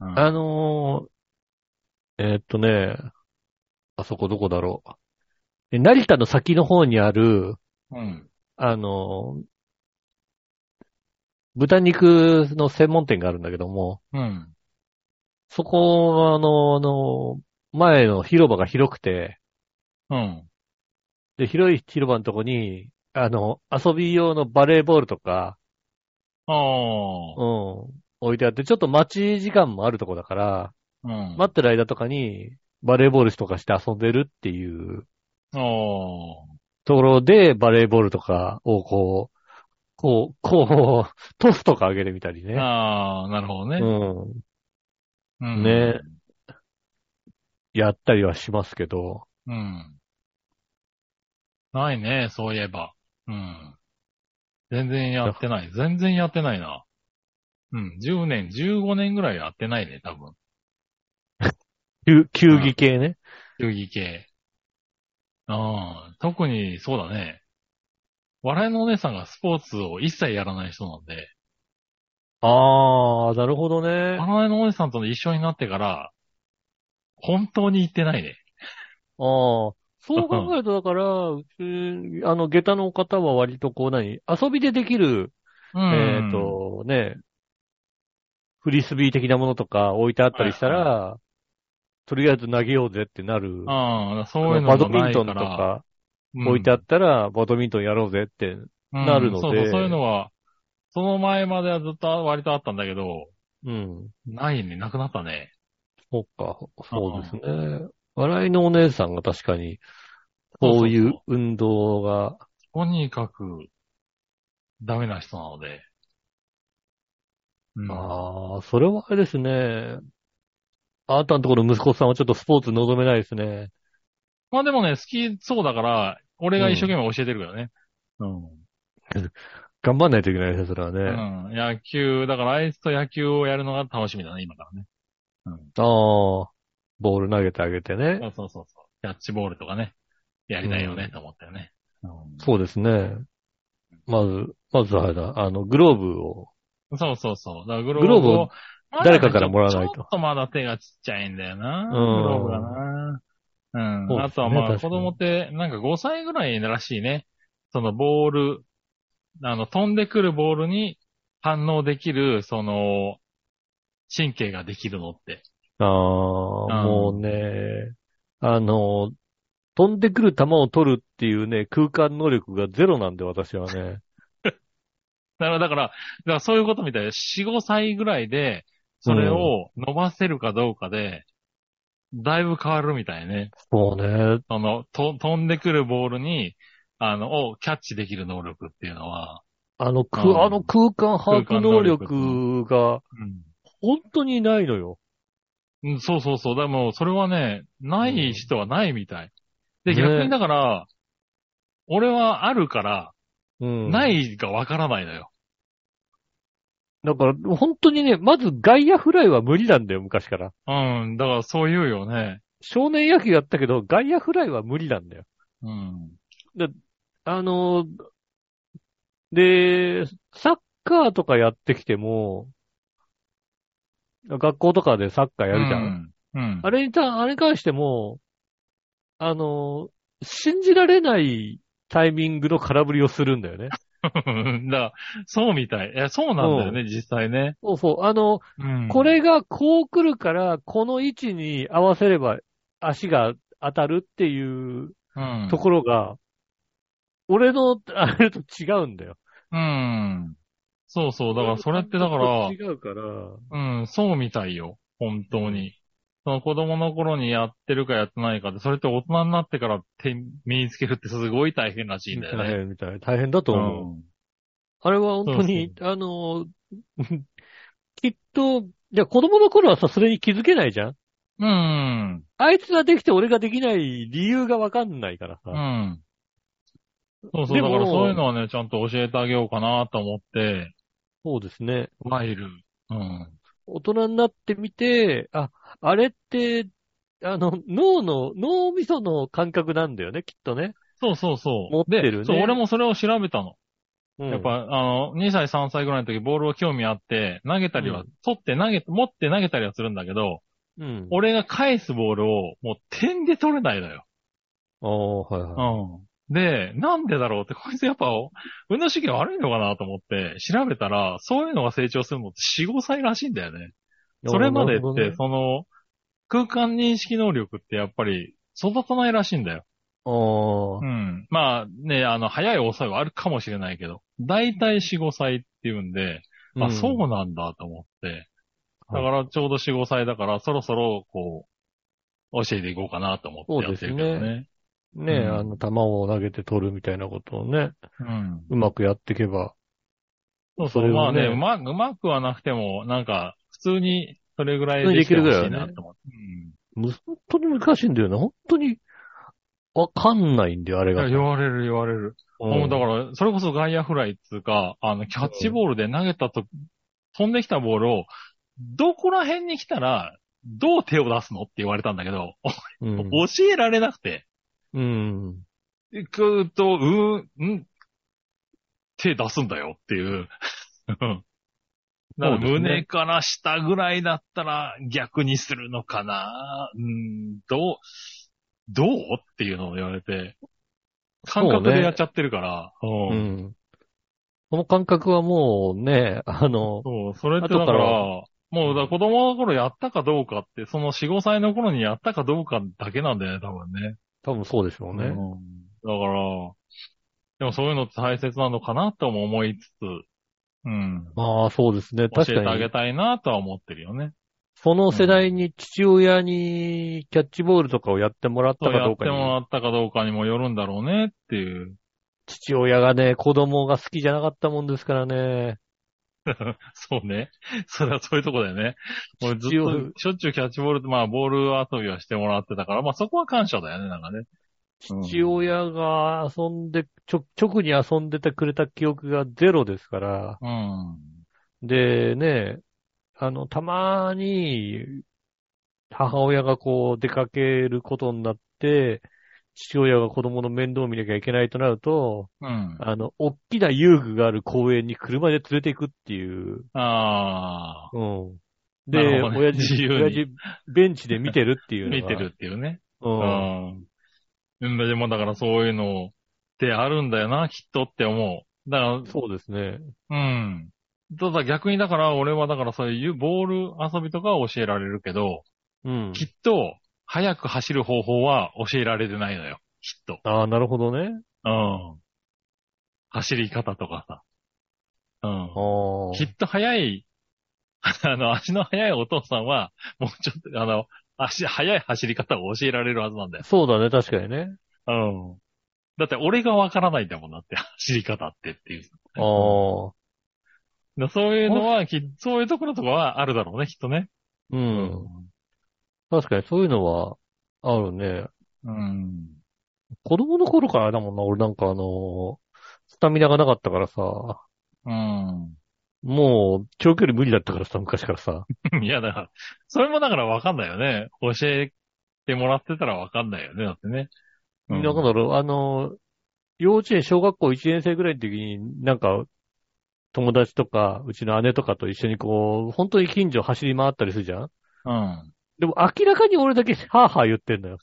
Speaker 3: うん
Speaker 2: あのー、えーっとね、あそこどこだろう。え成田の先の方にある、
Speaker 3: うん。
Speaker 2: あのー、豚肉の専門店があるんだけども、
Speaker 3: うん。
Speaker 2: そこはあの、あの、前の広場が広くて、
Speaker 3: うん。
Speaker 2: で、広い広場のとこに、あの、遊び用のバレーボールとか、う
Speaker 3: ああ。
Speaker 2: ん、置いてあって、ちょっと待ち時間もあるとこだから、
Speaker 3: うん。
Speaker 2: 待ってる間とかに、バレーボールとかして遊んでるっていう
Speaker 3: ああ。
Speaker 2: ところで、バレーボールとかをこう、こう、こう、トスとか上げてみたりね。
Speaker 3: ああ、なるほど
Speaker 2: う
Speaker 3: ね。
Speaker 2: ん。
Speaker 3: うん
Speaker 2: ね。やったりはしますけど。
Speaker 3: うん。ないね、そういえば。うん。全然やってない。全然やってないな。うん、10年、15年ぐらいやってないね、多分。
Speaker 2: 球球技系ね。
Speaker 3: 球技系。ああ、特にそうだね。笑いのお姉さんがスポーツを一切やらない人なんで、
Speaker 2: ああ、なるほどね。
Speaker 3: 笑いのお姉さんと一緒になってから、本当に行ってないね。
Speaker 2: ああ。そう考えると、だから、うち、あの、下駄の方は割とこう何、遊びでできる、
Speaker 3: うん。
Speaker 2: えっ、と、ね、フリスビー的なものとか置いてあったりしたら、
Speaker 3: はい
Speaker 2: とりあえず投げようぜってなる。
Speaker 3: ああ、そういうの
Speaker 2: バド
Speaker 3: が
Speaker 2: ミ
Speaker 3: な
Speaker 2: ン
Speaker 3: い
Speaker 2: ト
Speaker 3: か
Speaker 2: ンと
Speaker 3: ら、
Speaker 2: か置いてあったら、バドミントンやろうぜって。なるので
Speaker 3: うんそうそう、そういうのは、その前まではずっと割とあったんだけど、
Speaker 2: うん。
Speaker 3: ないね、なくなったね。
Speaker 2: そっか、そうですね。笑いのお姉さんが確かに、
Speaker 3: そうそうそう
Speaker 2: こういう運動が、
Speaker 3: とにかく、ダメな人なので。うん、
Speaker 2: ああ、それはあれですね。あなたのところの息子さんはちょっとスポーツ望めないですね。
Speaker 3: まあでもね、好きそうだから、俺が一生懸命教えてるけどね。うん。
Speaker 2: 頑張んないといけないですね、それはね。
Speaker 3: うん。野球、だからあいつと野球をやるのが楽しみだね、今からね。
Speaker 2: ああ、ボール投げてあげてね。
Speaker 3: そうそうそうそう。キャッチボールとかね。やりたいよね、
Speaker 2: うん
Speaker 3: と思ったよね。うん
Speaker 2: そうですね。まず、まずあれだ、あの、グローブを。
Speaker 3: そうそうそう。だから
Speaker 2: グ
Speaker 3: グ
Speaker 2: ローブを
Speaker 3: をまだ
Speaker 2: 誰
Speaker 3: ね
Speaker 2: かからもらわないと
Speaker 3: ちょっとまだ手がちっちゃいんだよな。
Speaker 2: ん
Speaker 3: グローブがな。うん。
Speaker 2: そうですね
Speaker 3: あとはまあ
Speaker 2: 確か
Speaker 3: 子
Speaker 2: に
Speaker 3: 供ってなんか5歳ぐらいらしいね。そのボール、あの飛んでくるボールに反応できる、その、神経ができるのって。
Speaker 2: ああ、
Speaker 3: ん
Speaker 2: もうね、あの、飛んでくる球を取るっていうね、空間能力がゼロなんで、私はね。
Speaker 3: だから、だから、だからそういうことみたいで、4、5歳ぐらいで、それを伸ばせるかどうかで、だいぶ変わるみたいね。
Speaker 2: そうね。
Speaker 3: その、と、飛んでくるボールに、あの、をキャッチできる能力っていうのは、
Speaker 2: あの、く
Speaker 3: うん
Speaker 2: あの空間把握能
Speaker 3: 空間
Speaker 2: 力が本当にないのよ。
Speaker 3: うん。そうそうそう。でも、それはね、ない人はないみたい。で、
Speaker 2: ね
Speaker 3: 逆にだから、俺はあるから、
Speaker 2: うん。
Speaker 3: ないがわからないのよ。
Speaker 2: だから、本当にね、まず外野フライは無理なんだよ、昔から。
Speaker 3: うん。だから、そう言うよね。
Speaker 2: 少年野球やったけど、外野フライは無理なんだよ。
Speaker 3: うん。
Speaker 2: あの、で、サッカーとかやってきても、学校とかでサッカーやるじゃん。
Speaker 3: うん。うん。
Speaker 2: あれにた、あれに関しても、あの、信じられないタイミングの空振りをするんだよね。
Speaker 3: うん だから、そうみたい。いや、そうなんだよね、実際ね。
Speaker 2: そうそう。あの、
Speaker 3: うん。
Speaker 2: これがこう来るから、この位置に合わせれば足が当たるっていう
Speaker 3: うん、
Speaker 2: ところが、俺のあれと違うんだよ。
Speaker 3: うん。そうそう。だから、それってだから、
Speaker 2: 違うから、
Speaker 3: うん、そうみたいよ。本当に。その子供の頃にやってるかやってないかで、それって大人になってから手身につけるってすごい大変らしいんだよ
Speaker 2: 大
Speaker 3: ね。
Speaker 2: 変みたい。大変だと思う。あれは本当に、あの、きっと、じゃ子供の頃はさ、それに気づけないじゃん
Speaker 3: うん。うん。
Speaker 2: あいつができて俺ができない理由がわかんないからさ。
Speaker 3: うん。そうそう。
Speaker 2: で
Speaker 3: だ
Speaker 2: も
Speaker 3: からそういうのはね、ちゃんと教えてあげようかなと思って、
Speaker 2: そうですね。
Speaker 3: ワイル。うん。
Speaker 2: 大人になってみて、あ、あれって、あの、脳の、脳みその感覚なんだよね、きっとね。
Speaker 3: そうそうそう。
Speaker 2: 持ってるね
Speaker 3: でそう、俺もそれを調べたの。
Speaker 2: うん
Speaker 3: やっぱ、あの、2歳、3歳ぐらいの時、ボールを興味あって、投げたりは、
Speaker 2: う
Speaker 3: 取って投げ、持って投げたりはするんだけど、
Speaker 2: うん。
Speaker 3: 俺が返すボールをもう点で取れないのよ。
Speaker 2: ああ、はいはい。
Speaker 3: うん。で、なんでだろうって、こいつやっぱ、運動神経悪いのかなと思って、調べたら、そういうのが成長するのって4、5歳らしいんだよね。それまでっ
Speaker 2: なるほど
Speaker 3: て、
Speaker 2: ね
Speaker 3: その、空間認識能力ってやっぱり育たないらしいんだよ。
Speaker 2: あ
Speaker 3: う
Speaker 2: あ、
Speaker 3: ん。まあね、あの、早い遅いはあるかもしれないけど、だいたい4、5歳っていうんで、あ、
Speaker 2: ん
Speaker 3: そうなんだと思って。だ
Speaker 2: は
Speaker 3: か
Speaker 2: い
Speaker 3: らちょうど4、5歳だから、そろそろこう、教えていこうかなと思ってやってるけど
Speaker 2: そうで
Speaker 3: ね。
Speaker 2: ね、
Speaker 3: うん
Speaker 2: あの、球を投げて取るみたいなことをね、
Speaker 3: うん。
Speaker 2: うまくやっていけば、
Speaker 3: そうそ
Speaker 2: そ
Speaker 3: う、
Speaker 2: れ
Speaker 3: ま
Speaker 2: を
Speaker 3: あ
Speaker 2: ね
Speaker 3: ね、うまく、うまくはなくても、なんか、普通に、それぐらい
Speaker 2: で
Speaker 3: で
Speaker 2: きるぐらいは
Speaker 3: き
Speaker 2: ね
Speaker 3: てほしいなと思って。
Speaker 2: む本当に難しいんだよね。本当に、わかんないんだよ、あれ
Speaker 3: うん
Speaker 2: が。
Speaker 3: いや言われる言われる。もうだから、それこそ外野フライっつうか、あの、キャッチボールで投げたと、飛んできたボールを、どこら辺に来たら、どう手を出すのって言われたんだけど、
Speaker 2: うん。
Speaker 3: 教えられなくて、
Speaker 2: うん。
Speaker 3: くーっと、うーん、ん手出すんだよっていう。 うんだから
Speaker 2: そうですね
Speaker 3: 胸から下ぐらいだったら逆にするのかなうん、どう、どうっていうのを言われて、感覚でやっちゃってるから、
Speaker 2: う
Speaker 3: うん
Speaker 2: ん。この感覚はもうね、あの、
Speaker 3: そう、それってだか、
Speaker 2: 後からら
Speaker 3: もうだから子供の頃やったかどうかって、その4、5歳の頃にやったかどうかだけなんだよね、多分ね。
Speaker 2: 多分そうでしょうね。
Speaker 3: うんだから、でもそういうのって大切なのかなとも思いつつ、うん。
Speaker 2: まあ、そうですね。
Speaker 3: 教え
Speaker 2: 確
Speaker 3: て
Speaker 2: か
Speaker 3: あげ
Speaker 2: に、
Speaker 3: たいなとは思ってるよね。
Speaker 2: その世代に父親にキャッチボールとかをやってもらった
Speaker 3: そう
Speaker 2: か
Speaker 3: や
Speaker 2: ど
Speaker 3: っ
Speaker 2: うか
Speaker 3: て
Speaker 2: に、
Speaker 3: もらったかどうかにもよるんだろうねっていう。
Speaker 2: 父親がね、子供が好きじゃなかったもんですからね。
Speaker 3: そうね。それはそういうとこだよね。俺ずっ
Speaker 2: 父親
Speaker 3: と、しょっちゅうキャッチボール、まあボール遊びはしてもらってたから、まあそこは感謝だよね、なんかね。うん
Speaker 2: 父親が遊んで、ちょ、直に遊んでてくれた記憶がゼロですから。
Speaker 3: うん。
Speaker 2: で、ね、あの、たまに、母親がこう出かけることになって、父親が子供の面倒を見なきゃいけないとなると、
Speaker 3: うん。
Speaker 2: あの、大きな遊具がある公園に車で連れて行くっていう。
Speaker 3: ああ、
Speaker 2: うん。
Speaker 3: な
Speaker 2: で、
Speaker 3: るほどね
Speaker 2: 親
Speaker 3: 自
Speaker 2: 父、
Speaker 3: 由に
Speaker 2: 親父、ベンチで見てるっていうの
Speaker 3: 見
Speaker 2: が。
Speaker 3: てるっていうね。
Speaker 2: う。
Speaker 3: うんん。うん、でもだからそういうのってあるんだよな、きっとって思う。だか
Speaker 2: そうですね。
Speaker 3: ら、うん。ただ逆にだから俺はだからそういうボール遊びとかは教えられるけど、
Speaker 2: うん。
Speaker 3: きっと早く走る方法は教えられてないのよ。きっと。
Speaker 2: ああ、なるほどね。
Speaker 3: うん。走り方とかさ。うん。
Speaker 2: ああ。
Speaker 3: きっと早い、 あの、足の速いお父さんは、もうちょっと、あの、足、速い走り方を教えられるはずなんだよ。
Speaker 2: そうだね、確かにね。
Speaker 3: うん。だって俺がわからないんだもんだって、走り方ってっていう。
Speaker 2: ああ。
Speaker 3: だそういうのは、きそういうところとかはあるだろうね、きっとね。
Speaker 2: う。。
Speaker 3: うん
Speaker 2: 確かにそういうのは、あるね。
Speaker 3: うん。
Speaker 2: 子供の頃からだもんな、俺なんかあの、スタミナがなかったからさ、
Speaker 3: う
Speaker 2: もう、長距離無理だったからさ、昔からさ。
Speaker 3: ん。いや、だから、それもだからわかんないよね。教えてもらってたらわかんないよね、だってね。う
Speaker 2: なん
Speaker 3: ん
Speaker 2: かだろう、あの、幼稚園、小学校1年生ぐらいの時に、なんか、友達とか、うちの姉とかと一緒にこう、本当に近所走り回ったりするじゃん
Speaker 3: うん。
Speaker 2: でも明らかに俺だけハーハー言ってんだ よ。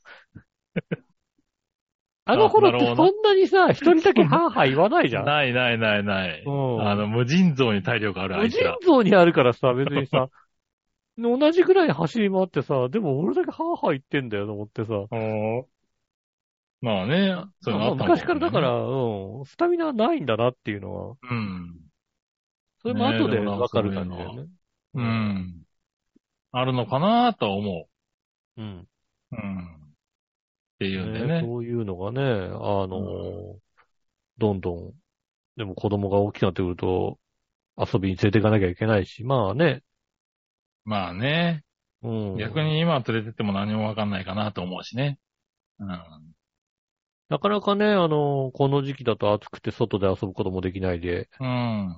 Speaker 2: あの頃っ
Speaker 3: な
Speaker 2: て
Speaker 3: る
Speaker 2: そ
Speaker 3: ほど
Speaker 2: んなにさ、一人だけハーハー言わないじゃん。
Speaker 3: ないないないない。
Speaker 2: うん
Speaker 3: あの、無尽蔵に体力あるあ
Speaker 2: 無
Speaker 3: いつ
Speaker 2: 尽
Speaker 3: ら。
Speaker 2: 蔵にあるからさ、別にさ、同じぐらい走り回ってさ、でも俺だけハーハー言ってんだよと思ってさ。
Speaker 3: まあね、そういうの
Speaker 2: まあ
Speaker 3: あったもんね
Speaker 2: 昔からだから、うん、スタミナはないんだなっていうのは、
Speaker 3: うん。
Speaker 2: それも後で
Speaker 3: ねえでもな
Speaker 2: わかる感じだよ
Speaker 3: そう
Speaker 2: ね。
Speaker 3: うん。あるのかなとは思
Speaker 2: うん。
Speaker 3: う。うん。っていうんで
Speaker 2: ね
Speaker 3: ね。
Speaker 2: そういうのがね、あの
Speaker 3: う
Speaker 2: どんどん、でも子供が大きくなってくると、遊びに連れていかなきゃいけないし、まあね、
Speaker 3: まあね。
Speaker 2: うん。
Speaker 3: 逆。に今連れてっても何もわかんないかなと思うしね。うん。
Speaker 2: なかなかね、あのこの時期だと暑くて外で遊ぶこともできないで、
Speaker 3: うん。
Speaker 2: な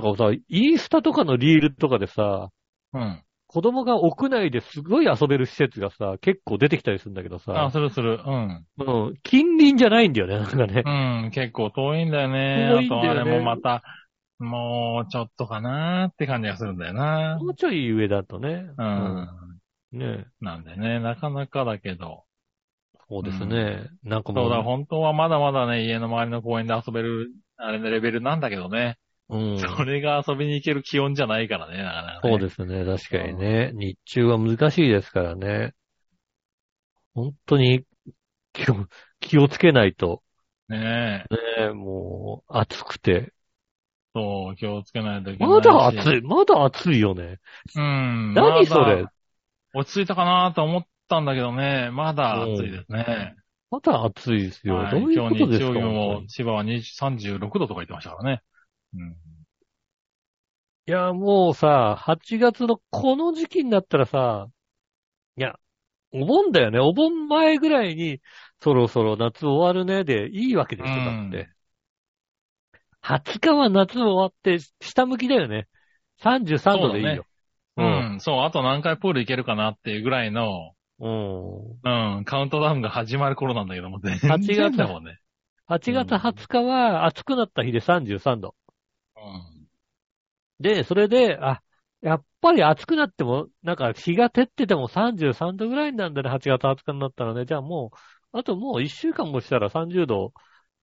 Speaker 2: んかさ、インスタとかのリールとかでさ、
Speaker 3: うん。
Speaker 2: 子供が屋内ですごい遊べる施設がさ、結構出てきたりするんだけど
Speaker 3: あ、
Speaker 2: さ、
Speaker 3: するする。うん。
Speaker 2: うん、近隣じゃないんだよね、なんかね。
Speaker 3: うん。結構遠いんだよね。
Speaker 2: 遠いんだよね
Speaker 3: あとあれもまた、もうちょっとかなって感じがするんだよな。
Speaker 2: もうちょい上だとね。
Speaker 3: うん。
Speaker 2: うん。ね
Speaker 3: なんでね、なかなかだけど。
Speaker 2: そうですね。なんか
Speaker 3: そ
Speaker 2: も
Speaker 3: う
Speaker 2: う、
Speaker 3: だ、本当はまだまだね、家の周りの公園で遊べる、あれのレベルなんだけどね。
Speaker 2: うん。
Speaker 3: それが遊びに行ける気温じゃないからね、なかなか、ね。
Speaker 2: そうですね。確かにね。日中は難しいですからね。本当に気を、気をつけないと。
Speaker 3: す。ねえ。
Speaker 2: ねもう、暑くて。
Speaker 3: そう、気をつけないといけないし。
Speaker 2: まだ暑い。まだ暑いよね。
Speaker 3: うん。
Speaker 2: 何それ
Speaker 3: まだ落ち着いたかなと思ったんだけどね、まだ暑いですね。
Speaker 2: まだ暑いですよ。
Speaker 3: はい
Speaker 2: どういうことです
Speaker 3: 今
Speaker 2: か
Speaker 3: 日日曜日も
Speaker 2: 本
Speaker 3: 千葉は20 36度とか言ってましたからね。うん。
Speaker 2: 当にいや、もうさ、8月のこの時期になったらさ、いや、お盆だよね。お盆前ぐらいに、そろそろ夏終わるねでいいわけでしょ、
Speaker 3: うん
Speaker 2: だって。20日は夏終わって、下向きだよね。33度でいいよ。
Speaker 3: う。ん、そう、あと何回プール行けるかなっていうぐらいの、
Speaker 2: うん。
Speaker 3: うん、カウントダウンが始まる頃なんだけども、全然だもんね。
Speaker 2: 8月20日は暑くなった日で33度。で、それで、あ、やっぱり暑くなっても、なんか日が照ってても33度ぐらいなんだね、8月20日になったらね。じゃあもう、あともう1週間もしたら30度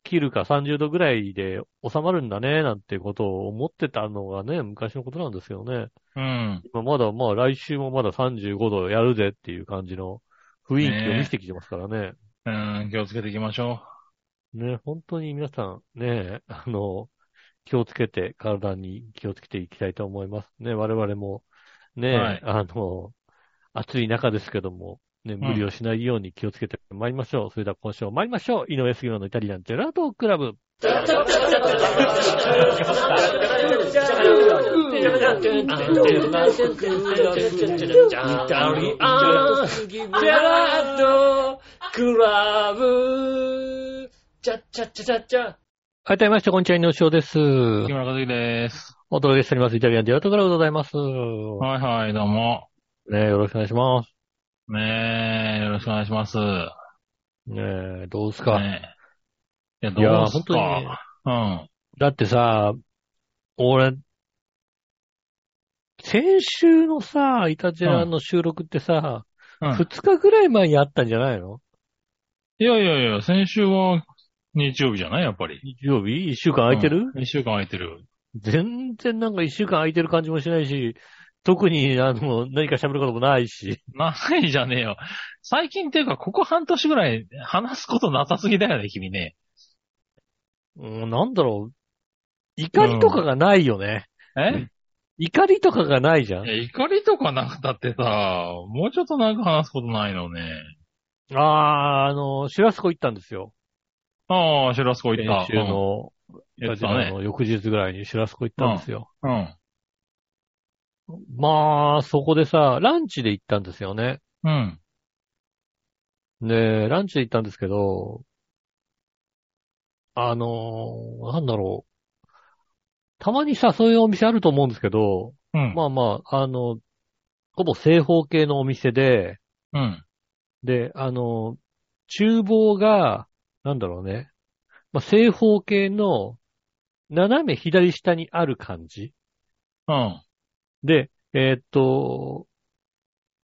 Speaker 2: 切るか30度ぐらいで収まるんだね、なんてことを思ってたのがね、昔のことなんですけどね。
Speaker 3: うん。うん。
Speaker 2: 今まだまあ来週もまだ35度やるぜっていう感じの雰囲気を見せてきてますからね
Speaker 3: うん、気をつけていきましょ
Speaker 2: ね、本当に皆さん、ね、 あの、気をつけて、体に気をつけていきたいと思います。ね、我々も、ね、
Speaker 3: はい
Speaker 2: あの、暑い中ですけども、ね、
Speaker 3: ん
Speaker 2: 無理をしないように気をつけて参りましょう。それでは今週も参りましょう。井上杉村のイタリアンジェラートクラブ。はい、どうもみなさん、こんにちは、井上翔です。
Speaker 3: う。木村和樹です。
Speaker 2: お届けしております。イタリアンジェラートクラブでございます。
Speaker 3: はいはい、どうも。
Speaker 2: ねよろしくお願いします。
Speaker 3: ねえ、よろしくお願いします。
Speaker 2: ねどうですか、
Speaker 3: ねえ。いや、
Speaker 2: いや
Speaker 3: どうす
Speaker 2: 本当にね
Speaker 3: か。うん。
Speaker 2: だってさ、俺、先週のさ、イタジェラの収録ってさ、
Speaker 3: うん
Speaker 2: 二、日ぐらい前にあったんじゃないの
Speaker 3: いやいやいや、先週は日曜日じゃないやっぱり。
Speaker 2: 日曜日一週間空いてる、
Speaker 3: うん一週間空いてる。
Speaker 2: 全然なんか一週間空いてる感じもしないし、特にあの、何か喋ることもないし。
Speaker 3: ないじゃねえよ。最近っていうか、ここ半年ぐらい話すことなさすぎだよね、君ね。
Speaker 2: うん、なんだろう。怒りとかがないよね。
Speaker 3: え
Speaker 2: 怒りとかがないじゃ
Speaker 3: い
Speaker 2: ん。
Speaker 3: や、怒りとかなくたってさ、もうちょっとなんか話すことないのね。
Speaker 2: あー、あの、シュラスコ行ったんですよ。
Speaker 3: ああ、シュラスコ行
Speaker 2: 先
Speaker 3: った。
Speaker 2: 週の、
Speaker 3: うん行
Speaker 2: イタ
Speaker 3: っ
Speaker 2: ジェ
Speaker 3: た
Speaker 2: ラ
Speaker 3: ね。
Speaker 2: の翌日ぐらいにシュラスコ行ったんですよ。
Speaker 3: うん。
Speaker 2: まあ、そこでさ、ランチで行ったんですよね。
Speaker 3: うん。
Speaker 2: で、ランチで行ったんですけど、あのーなんだろう。たまにさ、そういうお店あると思うんですけど、
Speaker 3: うん。
Speaker 2: まあまあ、あの、ほぼ正方形のお店で、
Speaker 3: うん。
Speaker 2: で、あの、厨房が、なんだろうね。まあ、正方形の斜め左下にある感じ。
Speaker 3: うん。
Speaker 2: で、えーっと、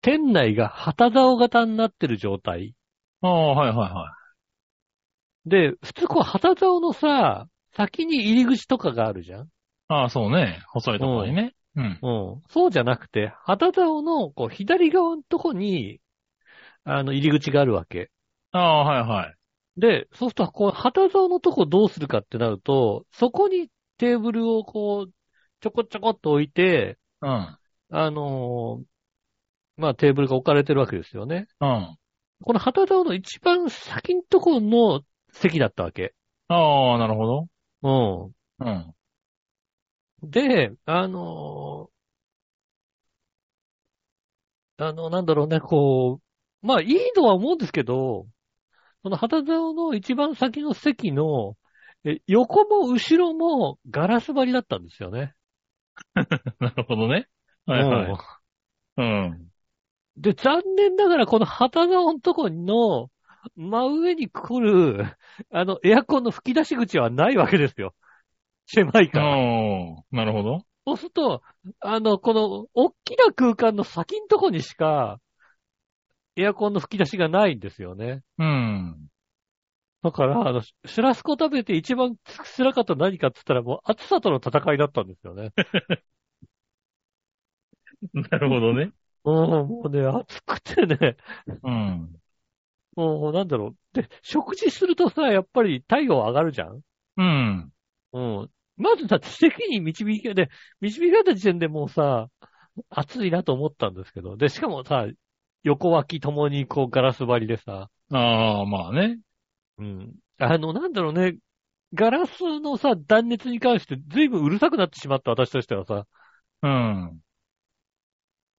Speaker 2: 店内が旗竿型になってる状態。
Speaker 3: ああ、はいはいは
Speaker 2: で、普通こう旗竿のさ、先に入り口とかがあるじゃん
Speaker 3: い。ああ、そうね。細いところにね。うん。
Speaker 2: うん。そうじゃなくて、旗竿のこう左側のとこに、あの、入り口があるわけ。
Speaker 3: ああ、はいはい。
Speaker 2: で、そうすると、こう、旗竿のとこどうするかってなると、そこにテーブルをこう、ちょこちょこっと置いて、
Speaker 3: うん。
Speaker 2: あのーまあ、テーブルが置かれてるわけですよね。
Speaker 3: うん。
Speaker 2: この旗竿の一番先のところの席だったわけ。
Speaker 3: ああ、なるほど。
Speaker 2: う
Speaker 3: うん。
Speaker 2: ん。で、あのーあの、なんだろうね、こう、まあ、いいとは思うんですけど、その旗竿の一番先の席の、え横も後ろもガラス張りだったんですよね。
Speaker 3: なるほどね。はいは
Speaker 2: うん
Speaker 3: い。うん。
Speaker 2: で、残念ながら、この旗竿のとこの、真上に来る、あの、エアコンの吹き出し口はないわけですよ。狭いから。
Speaker 3: おー、なるほど。
Speaker 2: そうすると、あの、この、大きな空間の先のとこにしか、エアコンの吹き出しがないんですよね。
Speaker 3: うん。
Speaker 2: だから、あの、シュラスコ食べて一番辛かったのは何かって言ったら、もう暑さとの戦いだったんですよね。
Speaker 3: なるほどね。
Speaker 2: うん、もうね、暑くてね、
Speaker 3: うん。
Speaker 2: もうなんだろう。で、食事するとさ、やっぱり体温上がるじゃん
Speaker 3: うん。
Speaker 2: うん。まずさ、席に導き、で、導かれた時点でもうさ、暑いなと思ったんですけど。で、しかもさ、横脇ともにこうガラス張りでさ、
Speaker 3: ああ、まあね。
Speaker 2: うん。あの、なんだろうね。ガラスのさ、断熱に関して随分うるさくなってしまった私としてはさ、
Speaker 3: うん。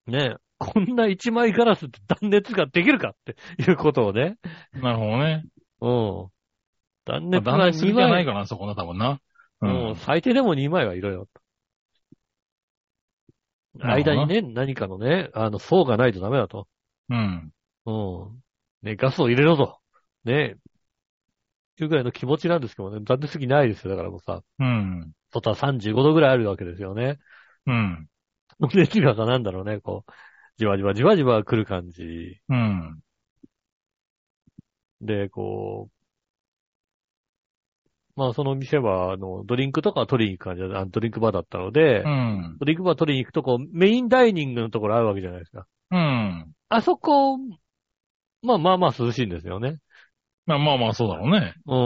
Speaker 2: ねえ、こんな一枚ガラスって断熱ができるかっていうことをね。
Speaker 3: なるほどね。
Speaker 2: うん。断
Speaker 3: まあ
Speaker 2: 熱
Speaker 3: 断
Speaker 2: が
Speaker 3: 熱する
Speaker 2: 2
Speaker 3: 気はない
Speaker 2: 枚、
Speaker 3: かな、そこな、多分な。
Speaker 2: う
Speaker 3: う
Speaker 2: ん、
Speaker 3: ん。
Speaker 2: 最低でも2枚はいろよ。
Speaker 3: なるほ
Speaker 2: 間
Speaker 3: どな
Speaker 2: にね、何かのね、あの、層がないとダメだと。
Speaker 3: うん。
Speaker 2: うん。ね、ガスを入れろと。ね。っていうぐらいの気持ちなんですけどね。残念すぎないですよ。だからもうさ、
Speaker 3: うん。
Speaker 2: 外は35度ぐらいあるわけですよね。
Speaker 3: うん。
Speaker 2: 熱がさ、なんだろうね、こう、じわじわじわじわ来る感じ
Speaker 3: うん。
Speaker 2: で、こう、まあその店は、あの、ドリンクとかは取りに行く感じだあのドリンクバーだったので、
Speaker 3: うん。
Speaker 2: ドリンクバー取りに行くとこう、メインダイニングのところあるわけじゃないですか。
Speaker 3: うん。
Speaker 2: あそこ、まあまあまあ涼しいんですよね。
Speaker 3: まあまあまあ、そうだろうね。
Speaker 2: う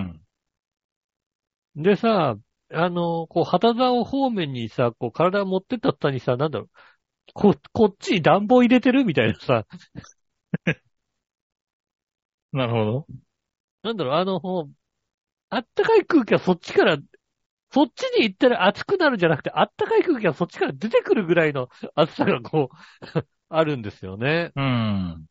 Speaker 2: ん。
Speaker 3: うん。
Speaker 2: でさ、あの、こう、肌竿方面にさ、こう、体を持ってった途端にさ、なんだろう、こ、こっちに暖房入れてるみたいなさ、
Speaker 3: なるほど。
Speaker 2: なんだろう、あの、もうあったかい空気はそっちから、そっちに行ったら暑くなるんじゃなくて、あったかい空気はそっちから出てくるぐらいの暑さがこう、 あるんですよね。
Speaker 3: うん。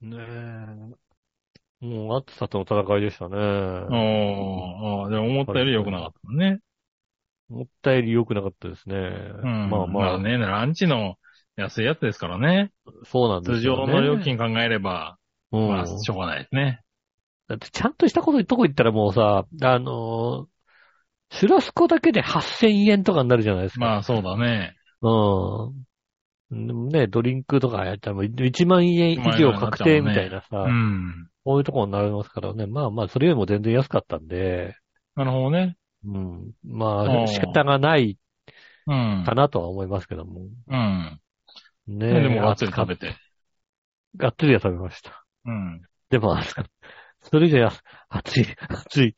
Speaker 2: ねえ。もう暑さとの戦いでしたね。
Speaker 3: おーあー、でも思ったより良くなかったね。
Speaker 2: 思ったより良くなかったですね。
Speaker 3: うん。
Speaker 2: まあまあ、
Speaker 3: ね、ランチの安いやつですからね。
Speaker 2: そうなんで
Speaker 3: 通
Speaker 2: すよ、ね。
Speaker 3: 常の料金考えれば、
Speaker 2: うん、
Speaker 3: まあ、しょうがないですね。
Speaker 2: だってちゃんとしたこと、とこ行ったらもうさ、あのーシュラスコだけで8000円とかになるじゃないですか。
Speaker 3: まあ、そうだね。
Speaker 2: うん。でもね、ドリンクとかやったらもう1万円以上確定みたいなさ、
Speaker 3: うん。
Speaker 2: こういうところになりますからね。まあまあ、それよりも全然安かったんで、
Speaker 3: なるほどね。
Speaker 2: うん。
Speaker 3: う
Speaker 2: まあ、
Speaker 3: ん
Speaker 2: 仕方がない
Speaker 3: うん
Speaker 2: か。なとは思いますけども。
Speaker 3: うん。
Speaker 2: ね
Speaker 3: でも、がっつり食べ
Speaker 2: て。
Speaker 3: て。
Speaker 2: がっつりは食べました。
Speaker 3: うん。
Speaker 2: でも暑かった。それじゃ安、暑い、暑 い。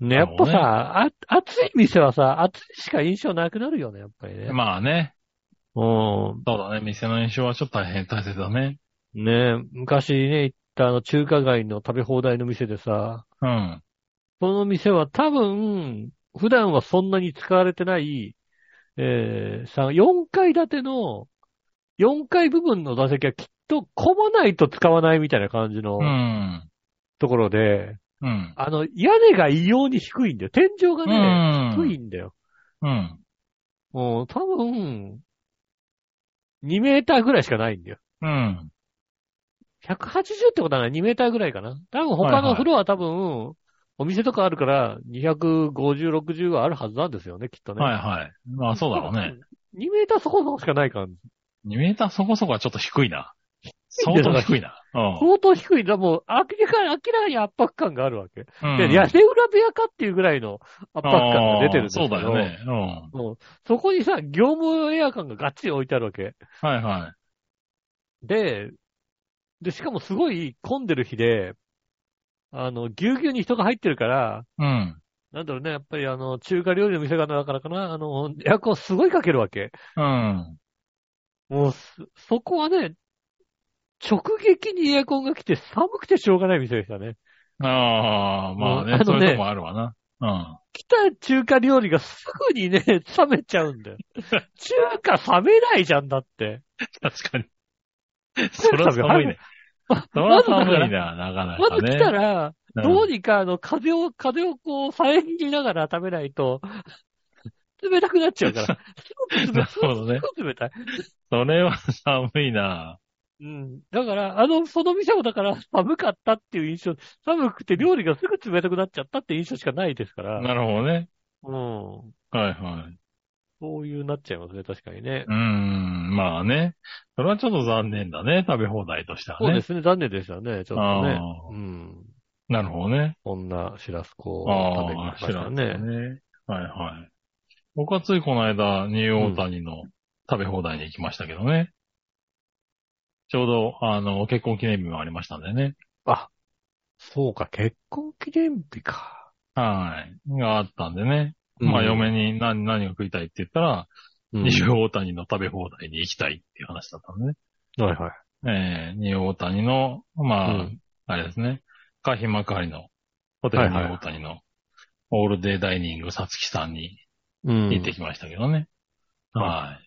Speaker 2: ね、やっぱさ、あ、暑い店はさ、暑いしか印象なくなるよね、やっぱりね。
Speaker 3: まあね。
Speaker 2: うん。
Speaker 3: そうだね。店の印象はちょっと大変、大切だね。
Speaker 2: ねえ、昔ね、行ったあの中華街の食べ放題の店でさ、
Speaker 3: うん。
Speaker 2: その店は多分、普段はそんなに使われてない、えー、さ、4階建ての、4階部分の座席はきっと混まないと使わないみたいな感じの
Speaker 3: うん。
Speaker 2: ところで、
Speaker 3: うん。
Speaker 2: あの、屋根が異様に低いんだよ。天井が
Speaker 3: う
Speaker 2: ね、
Speaker 3: ん。
Speaker 2: 低いんだよ。
Speaker 3: うん。
Speaker 2: もう多分、2メーターぐらいしかないんだよ。
Speaker 3: うん。
Speaker 2: 180ってことはない、2メーターぐらいかな。多分他
Speaker 3: はいは
Speaker 2: の
Speaker 3: い
Speaker 2: フロアは多分、お店とかあるから、250、60はあるはずなんですよね、きっとね。
Speaker 3: はいはい。まあ、そうだろうね。。
Speaker 2: 2メーターそこそこしかない感じ。
Speaker 3: 2メーターそこそこはちょっと低いな。
Speaker 2: いんだよ
Speaker 3: 相当低いな。う
Speaker 2: 相当低い。だもう、明らかに、明らかに圧迫感があるわけ。
Speaker 3: ん。
Speaker 2: で、屋根裏部屋かっていうぐらいの圧迫感が出てるんですけ
Speaker 3: あー
Speaker 2: ど。
Speaker 3: そうだよ。ね。うん。
Speaker 2: もう、そこにさ、業務エア感がガッチリ置いてあるわけ。
Speaker 3: はいはい。
Speaker 2: で、で、しかもすごい混んでる日で、あの、ぎゅうぎゅうに人が入ってるから、
Speaker 3: うん。
Speaker 2: なんだろうね、やっぱりあの、中華料理の店がだからかな、あの、エアコンすごいかけるわけ。
Speaker 3: うん。
Speaker 2: もうそ、そこはね、直撃にエアコンが来て寒くてしょうがない店でしたね。
Speaker 3: ああ、まあ
Speaker 2: うんあの
Speaker 3: ね
Speaker 2: ね、
Speaker 3: そういうとこもあるわな。うん。
Speaker 2: 来た中華料理がすぐにね、冷めちゃうんだ よ。中華冷めないじゃんだって。
Speaker 3: 確かに。それは寒いね。
Speaker 2: ま
Speaker 3: それは
Speaker 2: まずだ
Speaker 3: 寒い
Speaker 2: か
Speaker 3: な、なかな
Speaker 2: ら
Speaker 3: か
Speaker 2: まず来た
Speaker 3: ね。
Speaker 2: ら、
Speaker 3: うん
Speaker 2: どうにかあの、風を、風をこう、遮りながら食べないと、冷たくなっちゃうから。すぐ冷
Speaker 3: な
Speaker 2: たい。
Speaker 3: るほどね
Speaker 2: すぐ冷たい。
Speaker 3: それは寒いな。
Speaker 2: うん。だから、あの、その店もだから寒かったっていう印象、寒くて料理がすぐ冷たくなっちゃったっていう印象しかないですから。
Speaker 3: なるほどね。
Speaker 2: うん。
Speaker 3: はいはい。
Speaker 2: そういうなっちゃいますね、確かにね
Speaker 3: う。ーん、まあね。それはちょっと残念だね、食べ放題としてはね。
Speaker 2: そうですね、残念でしたね、ちょっとね。
Speaker 3: あ
Speaker 2: うん。
Speaker 3: あ、なるほどね。
Speaker 2: こんなシラスコを食べに行
Speaker 3: ああ、
Speaker 2: きまし
Speaker 3: 知ら
Speaker 2: た
Speaker 3: ん
Speaker 2: ね。
Speaker 3: ね。はいはい。僕はついこの間、ニューオータニの食べ放題に行きましたけどね。ちょうど、あの、結婚記念日もありましたんでね。
Speaker 2: あ、そうか、結婚記念日か。
Speaker 3: はい。があったんでね。まあ、
Speaker 2: うん
Speaker 3: 嫁に何、何が食いたいって言ったら、
Speaker 2: うん
Speaker 3: ニューオータニの食べ放題に行きたいっていう話だったんでね。
Speaker 2: はいはい。
Speaker 3: えー、ニューオータニの、まあ、
Speaker 2: うん
Speaker 3: あれですね。カヒマカリの、ホテルニューオータニの、オールデイダイニングさつきさんに
Speaker 2: うん。
Speaker 3: 行ってきましたけどね。
Speaker 2: うん
Speaker 3: はい。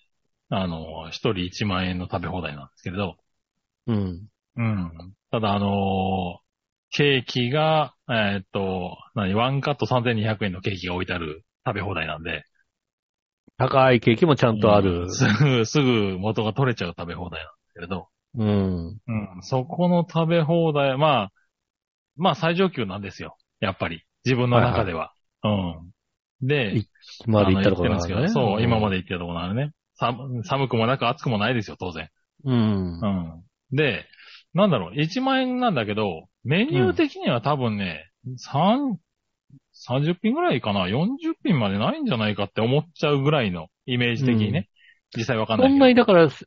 Speaker 3: あの、一人一万円の食べ放題なんですけれど。
Speaker 2: うん。
Speaker 3: うん。ただ、あのーケーキが、えーっと、何、ワンカット3200円のケーキが置いてある食べ放題なんで。
Speaker 2: 高いケーキもちゃんとあ
Speaker 3: う
Speaker 2: る
Speaker 3: ん。すぐ、すぐ元が取れちゃう食べ放題なんですけれど。
Speaker 2: うん。
Speaker 3: うん。そこの食べ放題、まあ、まあ最上級なんですよ。やっぱり。自分の中では。うん。で、
Speaker 2: いまで行ったところ
Speaker 3: あの言ってるんですけどそう、今ま
Speaker 2: で。
Speaker 3: で行ってたところなのね。寒寒くもなく暑くもないですよ、当然。
Speaker 2: うん
Speaker 3: う。ん。で、なんだろう、1万円なんだけど、メニュー的には多分ね、三30品ぐらいかな、40品までないんじゃないかって思っちゃうぐらいのイメージ的にね。実際わかんな
Speaker 2: そ
Speaker 3: いけど。
Speaker 2: んなにだから、死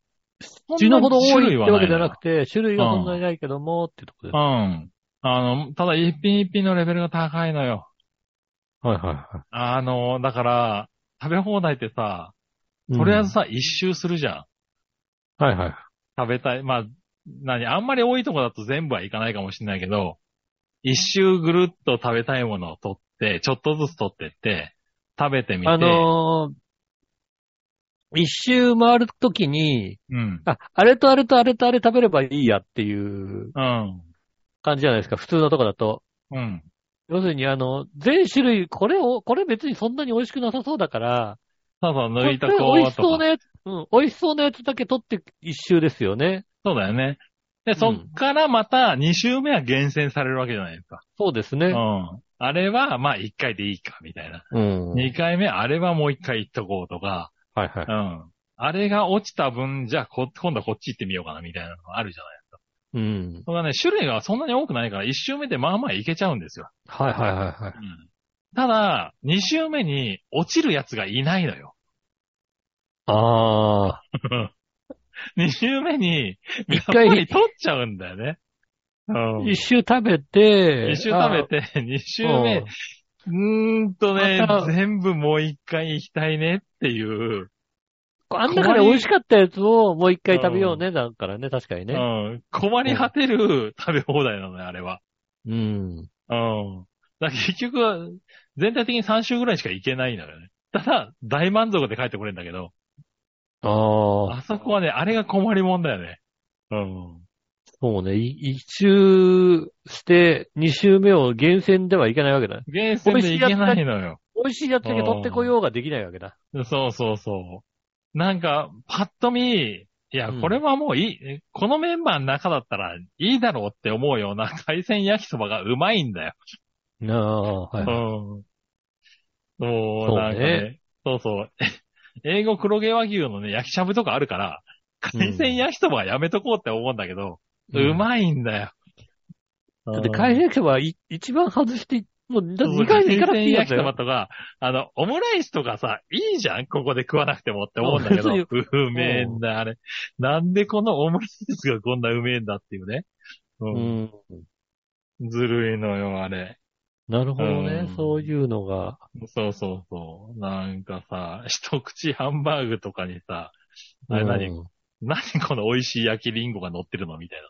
Speaker 2: ぬほど多いってわけじゃな
Speaker 3: て
Speaker 2: くて、種類がそんなにないけども、ってとこで。
Speaker 3: うん。あの、ただ一品一品のレベルが高いのよ。
Speaker 2: はいはいは
Speaker 3: あの、だから、食べ放題ってさ、
Speaker 2: い
Speaker 3: とりあえず、さ、一周するじゃん。
Speaker 2: うんはいはい。
Speaker 3: 食べたい。まあ、何、あんまり多いとこだと全部はいかないかもしれないけど、一周ぐるっと食べたいものを取って、ちょっとずつ取ってって、食べてみて。
Speaker 2: あのー、一周回るときに、
Speaker 3: うん。
Speaker 2: あ、あれとあれとあれとあれ食べればいいやっていう
Speaker 3: うん。
Speaker 2: 感じじゃないですか、普通のとこだと。
Speaker 3: うん。
Speaker 2: 要するに、あの、全種類、これを、これ別にそんなに美味しくなさそうだから、
Speaker 3: そうそう、抜いた
Speaker 2: これ
Speaker 3: 子
Speaker 2: 美味し
Speaker 3: と
Speaker 2: そう
Speaker 3: か。
Speaker 2: なやつ、うん、美味しそうなやつだけ取って一周ですよね。
Speaker 3: そうだよね。で、そっからまた2周目は厳選されるわけじゃないですか。
Speaker 2: そうです
Speaker 3: う
Speaker 2: ね。
Speaker 3: ん。あれは、まあ1回でいいか、みたいな。
Speaker 2: うん。はい
Speaker 3: 二回目、あれはもう一回行っとこうとか、
Speaker 2: はい。
Speaker 3: うん。あれが落ちた分、じゃあこ、今度はこっち行ってみようかな、みたいなのがあるじゃない。
Speaker 2: うん。
Speaker 3: それがね、種類がそんなに多くないから、一周目でまあまあいけちゃうんですよ。
Speaker 2: はいはいはいはい。
Speaker 3: うん。ただ、二周目に落ちるやつがいないのよ。
Speaker 2: ああ。
Speaker 3: 二周目に、やっ
Speaker 2: 一
Speaker 3: ぱ
Speaker 2: 回
Speaker 3: り取っちゃうんだよね。うん。
Speaker 2: 一周食べて、
Speaker 3: 一周食べて、二周目、うーんとね
Speaker 2: ま、た
Speaker 3: 全部もう一回行きたいねっていう。
Speaker 2: あん中で美味しかったやつをもう一回食べようね、だからね、確かにね。
Speaker 3: うん。困り果てる食べ放題なのよ、あれは。
Speaker 2: うん。
Speaker 3: うん。だから結局は、全体的に3週ぐらいしか行けないのよね。ただ、大満足で帰ってこれるんだけど、
Speaker 2: ああ、
Speaker 3: あそこはね、あれが困りもんだよね。うん。
Speaker 2: そうね。い一周して、二周目を厳選ではいけないわけだ。
Speaker 3: 厳選で行けないのよ。
Speaker 2: 美味しいやつだけ取ってこようができないわけだ。
Speaker 3: そうそうそう。なんか、パッと見、いや、
Speaker 2: うん
Speaker 3: これはもういい、えこのメンバーの中だったらいいだろうって思うような海鮮焼きそばがうまいんだよ。
Speaker 2: なあ、はい。
Speaker 3: うん。もう、なんかね。そうそう。英語黒毛和牛のね、焼きしゃぶとかあるから、
Speaker 2: うん
Speaker 3: 海鮮焼きそばはやめとこうって思うんだけど、うまいんだよ。
Speaker 2: だって海鮮焼きそばはい一番外して、もうだ
Speaker 3: そうそう
Speaker 2: 二回目行かなくていいや
Speaker 3: 海
Speaker 2: つ
Speaker 3: 鮮
Speaker 2: だ
Speaker 3: 焼
Speaker 2: よ
Speaker 3: きそば。とか、あの、オムライスとかさ、いいじゃんここで食わなくてもって思うんだけど。
Speaker 2: そう
Speaker 3: う
Speaker 2: よ
Speaker 3: めえんだ、あれ。なんでこのオムライスがこんなうめえんだっていうね。
Speaker 2: う。
Speaker 3: うんずるいのよ、あれ。
Speaker 2: なるほどね
Speaker 3: う。ん
Speaker 2: そういうのが。
Speaker 3: そうそうそう。なんかさ、一口ハンバーグとかにさ、あれ何、
Speaker 2: うん
Speaker 3: 何この美味しい焼きリンゴが乗ってるのみたい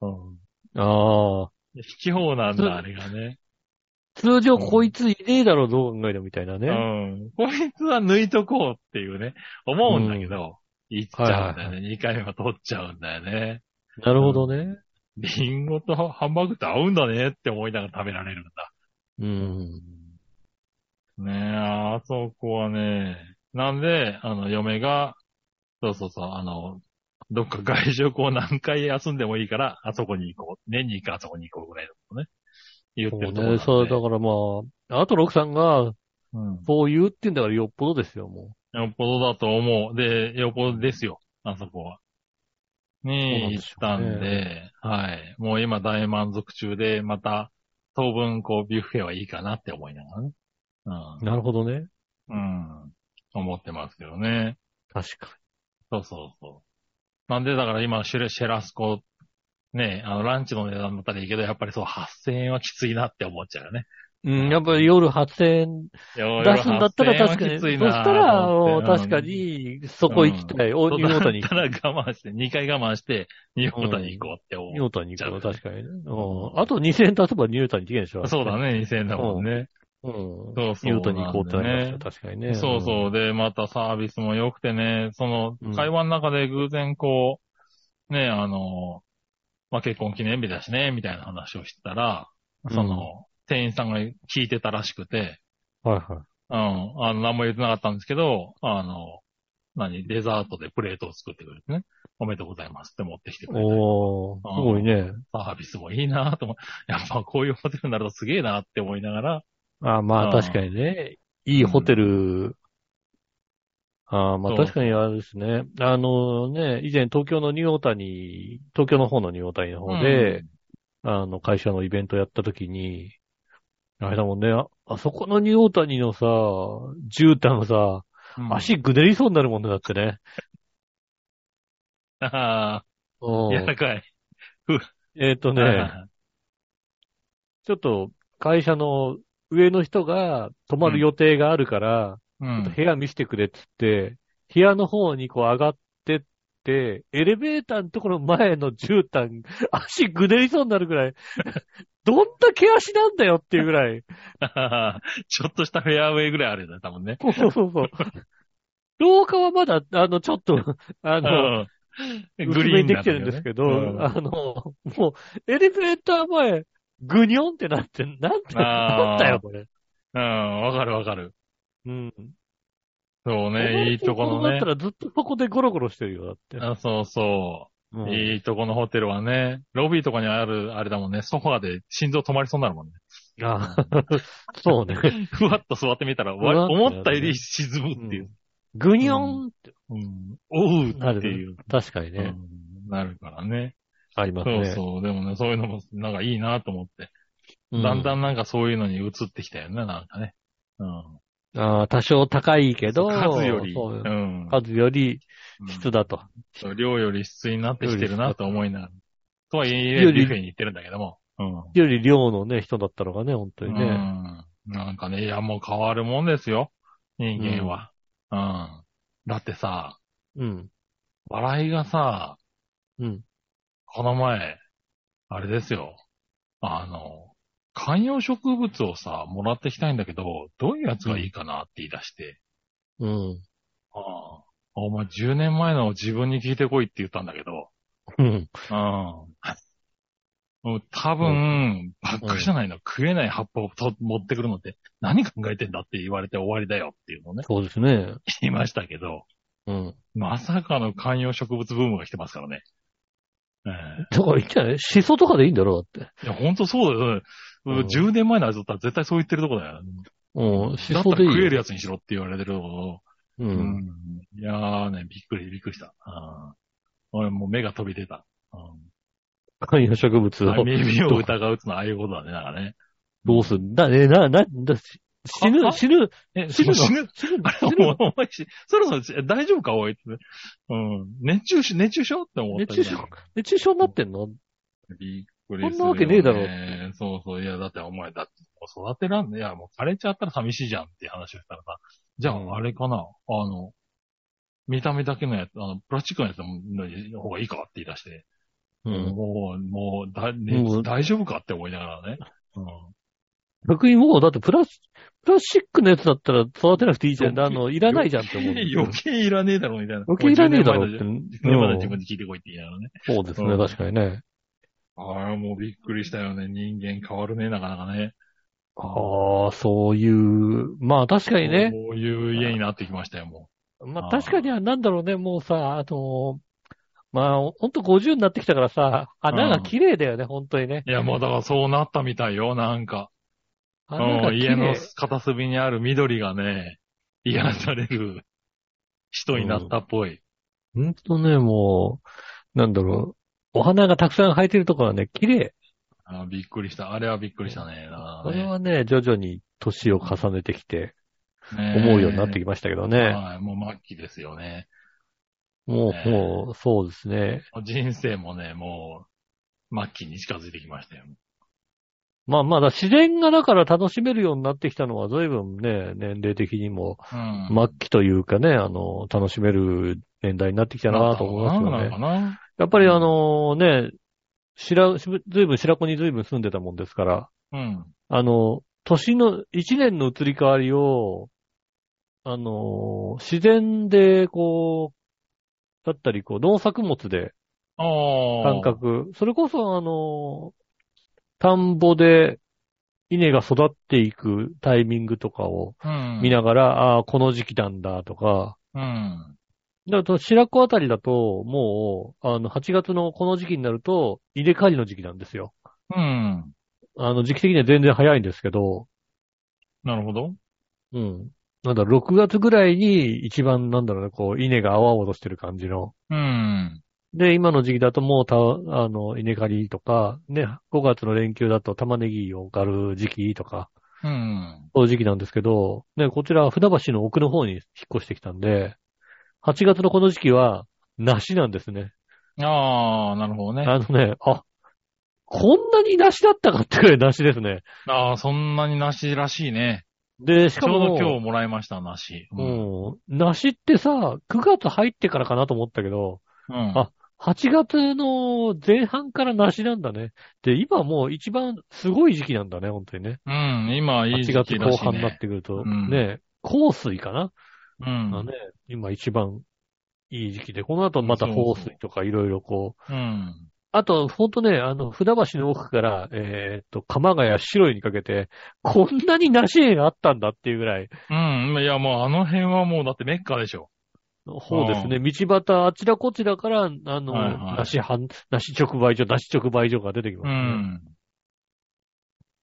Speaker 3: な。うん。
Speaker 2: ああ。
Speaker 3: 卑怯なん
Speaker 2: そう
Speaker 3: だ、あれが ね。
Speaker 2: 通常こいついねえだろ、どう考えてもみたいな
Speaker 3: う
Speaker 2: ね。
Speaker 3: ん。こいつは抜いとこうっていうね、思うんだけど、行っちゃうんだよね。二、回目は取っちゃうんだよね。
Speaker 2: なるほどね。
Speaker 3: リンゴとハンバーグって合うんだねって思いながら食べられるんだ。
Speaker 2: うん。
Speaker 3: ねえ、あそこはね、なんで、あの、嫁が、そうそうそう、あの、どっか外食を何回休んでもいいから、あそこに行こう。年に一回あそこに行こうぐらいのことね。言っ
Speaker 2: そう
Speaker 3: てるところ
Speaker 2: ね。そう、だ
Speaker 3: う
Speaker 2: からまあ、あと六さんが、
Speaker 3: うん。
Speaker 2: そう言うってんだからよっぽどですよ、も
Speaker 3: よっぽどだと思う。で、よっぽどですよ、あそこは。に、行った
Speaker 2: そうな
Speaker 3: んで、
Speaker 2: んで
Speaker 3: はい。もう今大満足中で、また、当分、こう、ビュッフェはいいかなって思いながらね。
Speaker 2: う。なるほどね。
Speaker 3: うん。うん。思ってますけどね。
Speaker 2: 確か
Speaker 3: そうそうそう。なんで、だから今、シェラシェラスコ、ね、あの、ランチの値段だったらいいけど、やっぱりそう、8000円はきついなって思っちゃうよね。
Speaker 2: うん、やっぱり夜8000円出すんだったら確かに、そしたら、あの確か、に、そこ行きたい。お、
Speaker 3: そう
Speaker 2: ニュー
Speaker 3: だっ
Speaker 2: オータに行
Speaker 3: たら我慢して、2回我慢して、ニューオータに行こうって
Speaker 2: ニュー
Speaker 3: 思
Speaker 2: オータに行くの、確かにね。うん。あと2000円出せばニューオータに行けるでしょ
Speaker 3: う。そうだ。ね、2000円だもんね。
Speaker 2: うん。
Speaker 3: そうそ
Speaker 2: ニ
Speaker 3: う。
Speaker 2: ューオータに行こうってなりました、確かにね。
Speaker 3: そうそう。で、またサービスも良くてね、その
Speaker 2: うん、
Speaker 3: 会話の中で偶然こう、ね、あの、まあ、結婚記念日だしね、みたいな話をしてたら、その、店員さんが聞いてたらしくて、
Speaker 2: うん。はいは
Speaker 3: うん、あの、何も言ってなかったんですけど、あの、何、デザートでプレートを作ってくれてね、おめでとうございますって持ってきてく
Speaker 2: い。
Speaker 3: れて、
Speaker 2: おー、すごいね。
Speaker 3: サービスもいいなと思う。やっぱこういうホテルになるとすげえなって思いながら、
Speaker 2: あまあ
Speaker 3: うん
Speaker 2: 確かにね。いいホテル。あまあ
Speaker 3: そう
Speaker 2: 確かにあれですね。あのね、以前東京のニューオータニ、東京の方のニューオータニの方で、あの会社のイベントやった時に、あれだもんね、ああそこのニューオータニのさ、絨毯さ、
Speaker 3: うん、
Speaker 2: 足ぐでりそうになるもんね、だってね。
Speaker 3: あ
Speaker 2: う
Speaker 3: あ、
Speaker 2: ん
Speaker 3: 柔らかい。
Speaker 2: えっ、と
Speaker 3: はい
Speaker 2: ね、ちょっと会社の上の人が泊まる予定があるから、ち
Speaker 3: う
Speaker 2: ょっと
Speaker 3: ん。
Speaker 2: 部屋見せてくれっつって、部屋の方にこう上がってって、エレベーターのところ前の絨毯、足ぐねりそうになるぐらい、 どんだけ足なんだよっていうぐらい。
Speaker 3: ちょっとしたフェアウェイぐらいあるよね、多分ね。
Speaker 2: そうそうそう。廊下はまだ、あの、ちょっと、あの、
Speaker 3: うん
Speaker 2: グリーンできてるんですけど、
Speaker 3: うん
Speaker 2: あの、もう、エレベーター前、ぐにょんってなって、なんて、な
Speaker 3: あー
Speaker 2: んだよ、これ。
Speaker 3: うん、わかるわかる。
Speaker 2: うん。
Speaker 3: そうね、いいとこの
Speaker 2: だ
Speaker 3: ね
Speaker 2: った。らずっとそこでゴロゴロしてるよ、だって。
Speaker 3: あそうそ
Speaker 2: うん
Speaker 3: う。いいとこのホテルはね、ロビーとかにある、あれだもんね、ソファーで心臓止まりそうにな るもんね。
Speaker 2: あーそうね。
Speaker 3: ふわっと座ってみたら、
Speaker 2: ふわ
Speaker 3: わ
Speaker 2: っとね
Speaker 3: 思ったより沈むっていう。
Speaker 2: ぐにょんって、
Speaker 3: うん。おう
Speaker 2: なる
Speaker 3: っていう。
Speaker 2: 確かにね、
Speaker 3: うんなるからね。
Speaker 2: あります
Speaker 3: そう
Speaker 2: ね。
Speaker 3: そう。でもね、そういうのも、なんかいいなと思って。
Speaker 2: う
Speaker 3: だんだ
Speaker 2: ん。
Speaker 3: んなんかそういうのに移ってきたよね、なんかね。うん。
Speaker 2: ああ、多少高いけど、
Speaker 3: 数より、。
Speaker 2: そううん数より質だと。
Speaker 3: うん量より質になってきてるなと思いながら。とはいえ、
Speaker 2: より
Speaker 3: ビュッフェに行ってるんだけども。うん。
Speaker 2: より量のね、人だったのがね、本当に
Speaker 3: う
Speaker 2: ね。
Speaker 3: ん。なんかね、いや、もう変わるもんですよ。人間は。うん。だってさ、
Speaker 2: うん。
Speaker 3: 笑いがさ、
Speaker 2: うん。
Speaker 3: この前、あれですよ。あの、観葉植物をさ、もらってきたいんだけど、どういうやつがいいかなって言い出して、
Speaker 2: うん。
Speaker 3: ああ、お前10年前の自分に聞いてこいって言ったんだけど、
Speaker 2: うん。
Speaker 3: うん。もう多分、バックじゃないの、食えない葉っぱをと持ってくるのって、何考えてんだって言われて終わりだよっていうのをね、
Speaker 2: そうですね。
Speaker 3: 言いましたけど、
Speaker 2: うん。
Speaker 3: まさかの観葉植物ブームが来てますからね。え
Speaker 2: だからいいんじゃないシソとかでいいんだろうだって。
Speaker 3: えいや、ほんとそうだよね。
Speaker 2: うん
Speaker 3: 10年前の味だったら絶対そう言ってるとこだよ。
Speaker 2: うん。シ
Speaker 3: だっ
Speaker 2: ソ
Speaker 3: たら
Speaker 2: でいいよ。
Speaker 3: 食えるやつにしろって言われてるとこ
Speaker 2: う
Speaker 3: ろ。
Speaker 2: ん。
Speaker 3: うんいやーね、びっくり、びっくりした。うん俺もう目が飛び出た。う
Speaker 2: 観葉植物
Speaker 3: ん
Speaker 2: を。
Speaker 3: 耳を疑うつのはああいうことだね、だからね。
Speaker 2: どうすんだ、え、な、な、だし死ぬ、
Speaker 3: あ
Speaker 2: 死ぬ、
Speaker 3: え、
Speaker 2: 死ぬの
Speaker 3: 死ぬ
Speaker 2: 死ぬ
Speaker 3: あ、
Speaker 2: 死
Speaker 3: れ、
Speaker 2: ぬ。
Speaker 3: お前し、そろそろし大丈夫か、おいって。うん。熱中症、熱中症って思った
Speaker 2: 熱中症熱中症になってんの
Speaker 3: びっくりする、
Speaker 2: そんなわけねえだろ
Speaker 3: ろ。そうそう。いや、だってお前、だって、もう育てらんね。いや、もう枯れちゃったら寂しいじゃんっていう話をしたらさ。じゃあ、あれかな。あの、見た目だけのやつ、あの、プラスチックのやつの方がいいかって言い出して。
Speaker 2: うん。
Speaker 3: もう、もう、だ、ね
Speaker 2: うん
Speaker 3: 大丈夫かって思いながらね。うん。
Speaker 2: 逆にもう、だってプラス、プラスチックのやつだったら育てなくていいじゃん。あ
Speaker 3: 余計
Speaker 2: の、いらないじゃんって思う。
Speaker 3: 余計いらねえだろ、みたいな。
Speaker 2: 余計いらねえだろうっ
Speaker 3: 10
Speaker 2: て。
Speaker 3: 年前の自分で聞いてこいって言いながらね。
Speaker 2: うんそうです
Speaker 3: う
Speaker 2: ね、
Speaker 3: ん
Speaker 2: 確かにね。
Speaker 3: ああ、もうびっくりしたよね。人間変わるね、なかなかね。
Speaker 2: ああ、そういう、まあ確かにね。
Speaker 3: こういう家になってきましたよ、も
Speaker 2: ま
Speaker 3: あ
Speaker 2: あ
Speaker 3: ー
Speaker 2: 確かには、なんだろうね、もうさ、あの、まあ、ほんと50になってきたからさ、穴が綺麗だよね、本当にね。
Speaker 3: う。いや、もうだからそうなったみたいよ、なんか。
Speaker 2: 穴
Speaker 3: う
Speaker 2: が
Speaker 3: ん
Speaker 2: 綺
Speaker 3: 家の
Speaker 2: 麗。
Speaker 3: 片隅にある緑がね、癒される 人になったっぽい。
Speaker 2: ほんとね、もう、なんだろう、お花がたくさん生えてるところはね、綺麗。
Speaker 3: ああびっくりした。あれはびっくりしたね。
Speaker 2: これはね、徐々に年を重ねてきて、思うようになってきましたけど
Speaker 3: て
Speaker 2: ね。
Speaker 3: はい、もう末期ですよね。
Speaker 2: も
Speaker 3: ね
Speaker 2: う、もう、そうですね。
Speaker 3: 人生もね、もう末期に近づいてきましたよ。
Speaker 2: まあまあだ、自然がだから楽しめるようになってきたのは随分ね、年齢的にも
Speaker 3: うん。
Speaker 2: 末期というかね、あの、楽しめる年代になってきたなと思いますよ
Speaker 3: な
Speaker 2: ね
Speaker 3: ん。かな。
Speaker 2: やっぱりあのね、白、ずいぶん白子にずいぶん住んでたもんですから、
Speaker 3: うん。
Speaker 2: あの、年の、一年の移り変わりを、あの、自然で、こう、だったり、こう、農作物で
Speaker 3: ああ。
Speaker 2: 感。覚、それこそ、あの、田んぼで稲が育っていくタイミングとかを
Speaker 3: うん。
Speaker 2: 見ながら、ああ、この時期なんだとか、
Speaker 3: うん。
Speaker 2: だから白子あたりだと、もう、あの、8月のこの時期になると、入れ替わりの時期なんですよ。
Speaker 3: うん。
Speaker 2: あの、時期的には全然早いんですけど、
Speaker 3: なるほど。
Speaker 2: うん。なんだろう、6月ぐらいに一番、なんだろうね、こう、稲が青々としてる感じの。
Speaker 3: うん。
Speaker 2: で、今の時期だともうた、あの、稲刈りとか、ね、5月の連休だと玉ねぎを刈る時期とか、
Speaker 3: うん。
Speaker 2: そういう時期なんですけど、ね、こちら船橋の奥の方に引っ越してきたんで、8月のこの時期は、梨なんですね。
Speaker 3: ああ、なるほどね。
Speaker 2: あのね、あ、こんなに梨だったかってくらい梨ですね。
Speaker 3: ああ、そんなに梨らしいね。
Speaker 2: で、し
Speaker 3: ち
Speaker 2: かも、
Speaker 3: ょうど今日もらいました、梨。うん。
Speaker 2: うん、梨ってさ、9月入ってからかなと思ったけど、
Speaker 3: うん。
Speaker 2: あ8月の前半から梨なんだね。で、今もう一番すごい時期なんだね、本当にね。
Speaker 3: うん、今いい
Speaker 2: 8
Speaker 3: 時
Speaker 2: 月
Speaker 3: 期ら
Speaker 2: 後
Speaker 3: しい
Speaker 2: 半になっ
Speaker 3: ね。
Speaker 2: てくると、
Speaker 3: うん
Speaker 2: ね、香水かな、
Speaker 3: う
Speaker 2: が
Speaker 3: ん
Speaker 2: ね。、今一番いい時期で、この後また香水とかいろいろこう。
Speaker 3: うん。
Speaker 2: あと、ほんとね、あの、船橋の奥から、えーっと、鎌ヶ谷白いにかけて、こんなに梨園があったんだっていうぐらい、
Speaker 3: うん。いや、もうあの辺はもうだってメッカでしょ。
Speaker 2: そうですね。道端、あちらこちらから、あの、
Speaker 3: はいはい
Speaker 2: 梨販、梨直売所、梨直売所が出てき
Speaker 3: う
Speaker 2: ます、ね。
Speaker 3: ん。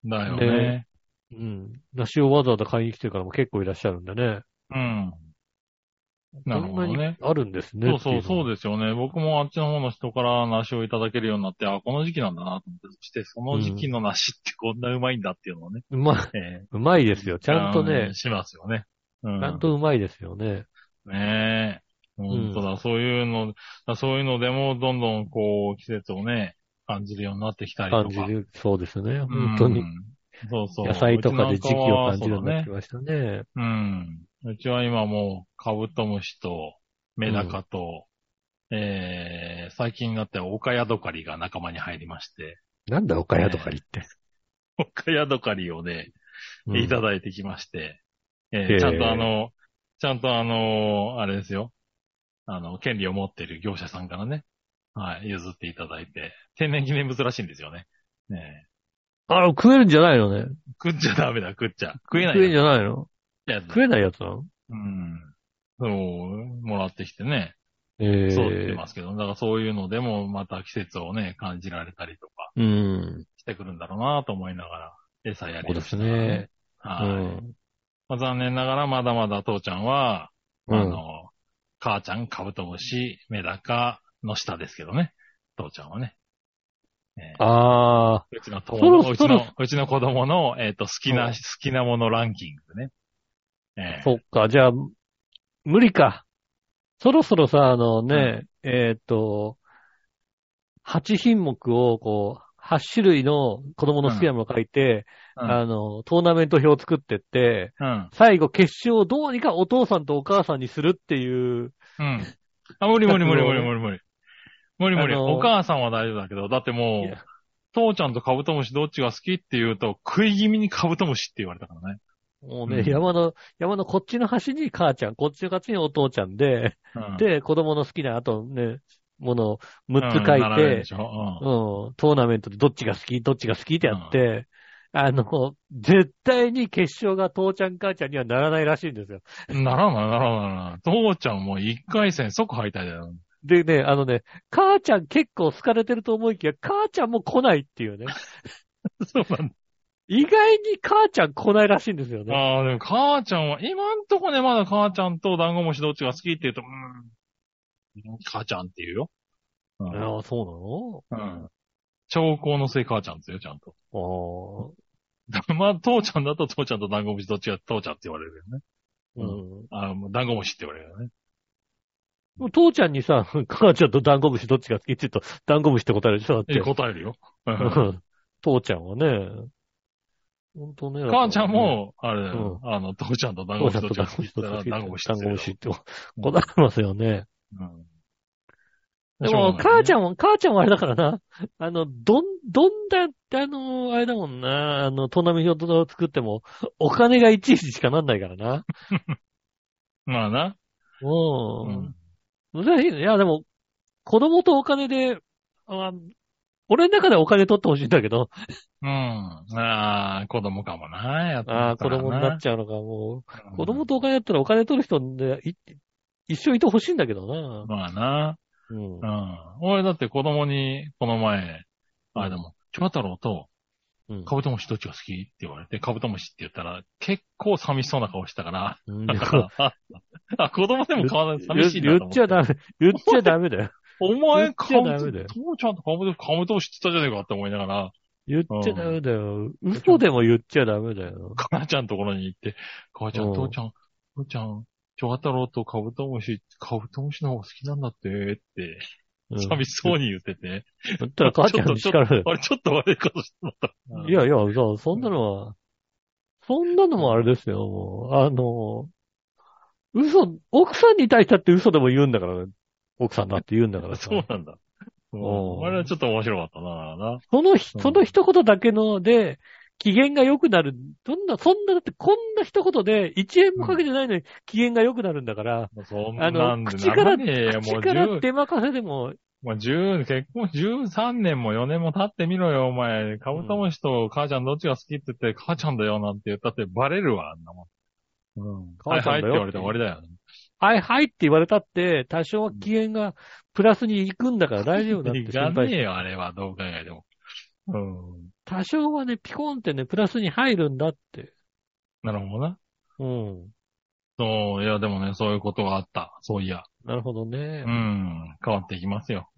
Speaker 3: だよ
Speaker 2: ね
Speaker 3: ね。
Speaker 2: うん。梨をわざわざ買いに来てるからも結構いらっしゃるんでね。
Speaker 3: うん。なるほ
Speaker 2: こ
Speaker 3: ど
Speaker 2: んなに
Speaker 3: ね。
Speaker 2: あるんですね。
Speaker 3: そうそう、そう
Speaker 2: で
Speaker 3: ですよね。僕もあっちの方の人から梨をいただけるようになって、あ、この時期なんだなと思って、そしてその時期の梨ってこんなうまいんだっていうのをね。
Speaker 2: す。うまい、
Speaker 3: ええ
Speaker 2: うまいですよ。ちゃんとね
Speaker 3: あ、しますよね。うん。
Speaker 2: ちゃんとうまいですよね。
Speaker 3: ねえ。本当だ、そういうの、だそういうのでも、どんどんこう、季節をね、感じるようになってきたりとか
Speaker 2: 感。じる。そうですね。
Speaker 3: うん
Speaker 2: 本当に。。
Speaker 3: そうそう。
Speaker 2: 野菜とかで時期を感じるよう
Speaker 3: う
Speaker 2: に
Speaker 3: ちなんかはそうだ
Speaker 2: なってき。ました
Speaker 3: ね
Speaker 2: ね。
Speaker 3: うん。うちは今もう、カブトムシと、メダカと、えー、最近になってオカヤドカリが仲間に入り まして、
Speaker 2: なんだ、岡谷とか言って。
Speaker 3: オカヤドカリをね、
Speaker 2: うん
Speaker 3: いただいてきまして、え
Speaker 2: へ
Speaker 3: ー
Speaker 2: ー
Speaker 3: ちゃんとあの、ちゃんとあの、あれですよ。あの、権利を持っている業者さんからね、はい、譲っていただいて、天然記念物らしいんですよね。ね
Speaker 2: あ、食えるんじゃないのね。
Speaker 3: え食っちゃダメだ、食っちゃ。食えな
Speaker 2: 食
Speaker 3: い
Speaker 2: えるんじ
Speaker 3: や
Speaker 2: ゃないの
Speaker 3: つ。やつ
Speaker 2: 食えないやつなの
Speaker 3: うん。そう、もらってきてね。
Speaker 2: ええ
Speaker 3: そう言ってますけど、だからそういうのでもまた季節をね、感じられたりとか
Speaker 2: うん。
Speaker 3: してくるんだろうなと思いながら、餌や
Speaker 2: そ
Speaker 3: り
Speaker 2: う
Speaker 3: を
Speaker 2: で
Speaker 3: し
Speaker 2: す
Speaker 3: ながら
Speaker 2: ね。。う
Speaker 3: はい。
Speaker 2: ん。
Speaker 3: まあ、残念ながらまだまだ父ちゃんは、
Speaker 2: う
Speaker 3: あ
Speaker 2: ん。
Speaker 3: の、母ちゃん、カブトムシ、メダカの下ですけどね。父ちゃんはね。えー
Speaker 2: ああ、
Speaker 3: うちの友
Speaker 2: そろそ
Speaker 3: うち
Speaker 2: ろ
Speaker 3: の、うちの子供の、えっ、と、好き
Speaker 2: う
Speaker 3: な、
Speaker 2: ん
Speaker 3: 好きなものランキングね。えー
Speaker 2: そっか、じゃあ、無理か。そろそろさ、あのね、えーっと、8品目を、こう、8種類の子供の好きなものを書いて、
Speaker 3: うん
Speaker 2: あの、トーナメント表を作ってって、
Speaker 3: うん。
Speaker 2: 最後決勝をどうにかお父さんとお母さんにするっていう、
Speaker 3: うん。あ、無理無理無理無理無理無理。無理無理。
Speaker 2: あのー
Speaker 3: お母さんは大丈夫だけど、だって
Speaker 2: い
Speaker 3: もう
Speaker 2: や、
Speaker 3: 父ちゃんとカブトムシどっちが好きって言うと、食い気味にカブトムシって言われたからね。
Speaker 2: もうね、
Speaker 3: うん
Speaker 2: 山の、山のこっちの端に母ちゃん、こっちの端にお父ちゃんで、
Speaker 3: うん、
Speaker 2: で、子供の好きな、あとね、ものを6つ書
Speaker 3: うん
Speaker 2: い
Speaker 3: 並べる
Speaker 2: て
Speaker 3: で、しょ
Speaker 2: うん、トーナメントでどっちが好き、どっちが好きってやって、あの、絶対に決勝が父ちゃん母ちゃんにはならないらしいんですよ。
Speaker 3: うん。ならない、ならない、ならない。父ちゃんも一回戦即敗退だよ。
Speaker 2: でね、あのね、母ちゃん結構好かれてると思いきや、母ちゃんも来ないっていうね。
Speaker 3: そうなんだ。
Speaker 2: 意外に母ちゃん来ないらしいんですよね。
Speaker 3: ああ、でも母ちゃんは、今んとこね、まだ母ちゃんとダンゴムシどっちが好きって言うと、うん、母ちゃんって言うよ。う
Speaker 2: あ
Speaker 3: ん。
Speaker 2: あ、そう
Speaker 3: うん。兆候のせい母ちゃんですよ、ちゃんと。
Speaker 2: なの
Speaker 3: まあ、父ちゃんだと父ちゃんとダンゴムシどっちが父ちゃんって言われるよね。
Speaker 2: ああ、うん。
Speaker 3: あもうダンゴムシって言われるよね。
Speaker 2: もう父ちゃんにさ、 母ちゃんとダンゴムシどっちが好きって言うと、ダンゴムシって答えるでしょだっ
Speaker 3: え、
Speaker 2: て。
Speaker 3: 答えるよ。う
Speaker 2: うんん父ちゃんはね、本当ね。
Speaker 3: 母ちゃんも、あれだよ、あの、父ちゃんと団
Speaker 2: そ
Speaker 3: 子
Speaker 2: うだ
Speaker 3: し
Speaker 2: と
Speaker 3: と
Speaker 2: 思
Speaker 3: ち
Speaker 2: い
Speaker 3: ゃ
Speaker 2: ます、
Speaker 3: んって言ったら団子し
Speaker 2: 団子
Speaker 3: て
Speaker 2: 牛って答えますよね。
Speaker 3: うん。
Speaker 2: でも、母ち
Speaker 3: ん、
Speaker 2: ゃんも、母ちゃんもあれだからな。あの、どん、どんだ、あの、あれだもんな。あの、トーナメントを作っても、お金がいちいちしかなんないからな。
Speaker 3: まあな。う
Speaker 2: も
Speaker 3: ん。
Speaker 2: う、難しいね。いや、でも、子供とお金で、あ俺の中ではお金取ってほしいんだけど、
Speaker 3: うん。ああ、子供かもな。やっ
Speaker 2: ああ、子供になっ
Speaker 3: ち
Speaker 2: ちゃうのか、も
Speaker 3: ゃ
Speaker 2: う、子供とお金だったらお金取る人で、い一生いてほしいんだけどな。
Speaker 3: まあな。
Speaker 2: うん
Speaker 3: う。ん。俺だって子供に、この前、あれでも、チョ太郎と、
Speaker 2: うん
Speaker 3: カブトムシどっちが好きって言われて、カブトムシって言ったら、結構寂しそうな顔してた から、
Speaker 2: うん
Speaker 3: だから、あ、子供でも買わない寂しいな
Speaker 2: 言
Speaker 3: と
Speaker 2: っ
Speaker 3: 思
Speaker 2: ちゃダメ、言っちゃダメだよ。
Speaker 3: お前、カ
Speaker 2: 言っちゃダメだ
Speaker 3: ブト
Speaker 2: よ
Speaker 3: 父ちゃんとカブトムシ、カブトムシって言ったじゃねえかって思いながら、
Speaker 2: 言っちゃダメだよ。嘘でも言っちゃダメだよ。
Speaker 3: 母ちゃんのところに行って、母ちゃ、
Speaker 2: うんん
Speaker 3: 父ちゃん、父ちゃん、チョア太郎とカブトムシ、カブトムシの方が好きなんだって、って、
Speaker 2: うん
Speaker 3: 寂しそうに言ってて、
Speaker 2: だったら母ちゃんに叱られる。
Speaker 3: あれ、ちょっと悪いことしてもらった。
Speaker 2: いやいや、そうそんなのは、そんなのもあれですよ、もう。あの、嘘、奥さんに対してだって嘘でも言うんだから、奥さんだって言うんだからさ。
Speaker 3: そうなんだ。うん
Speaker 2: うん
Speaker 3: あれはちょっと面白かったな、な。
Speaker 2: そのひ、
Speaker 3: うん
Speaker 2: その一言だけので、機嫌が良くなる。どんな、そんな、だってこんな一言で、一円もかけてないのに機嫌が良くなるんだから、
Speaker 3: そん
Speaker 2: あ
Speaker 3: な
Speaker 2: の、
Speaker 3: んで
Speaker 2: 口から、
Speaker 3: ならねえよも
Speaker 2: 口
Speaker 3: う
Speaker 2: から
Speaker 3: 10、
Speaker 2: 出まかせでも、
Speaker 3: もう10、結婚13年も4年も経ってみろよ、お前。カブトムシと母ちゃんどっちが好きって言って、母ちゃんだよなんて言ったってバレるわ、あんなもん。うん。
Speaker 2: 母
Speaker 3: はい
Speaker 2: ちゃ
Speaker 3: は
Speaker 2: ん
Speaker 3: いって
Speaker 2: だ
Speaker 3: 言
Speaker 2: よ
Speaker 3: われて終わりだよ。
Speaker 2: はいはいって言われたって、多少は機嫌がプラスに行くんだから大丈夫だって
Speaker 3: い
Speaker 2: 心
Speaker 3: か
Speaker 2: 配
Speaker 3: ねえよ、あれは、どう考えても。うん。
Speaker 2: 多少はね、ピコンってね、プラスに入るんだって。
Speaker 3: なるほどな。
Speaker 2: うん。
Speaker 3: そう、いや、でもね、そういうことがあった。そういや。
Speaker 2: なるほどね
Speaker 3: う。ん。変わっていきますよ。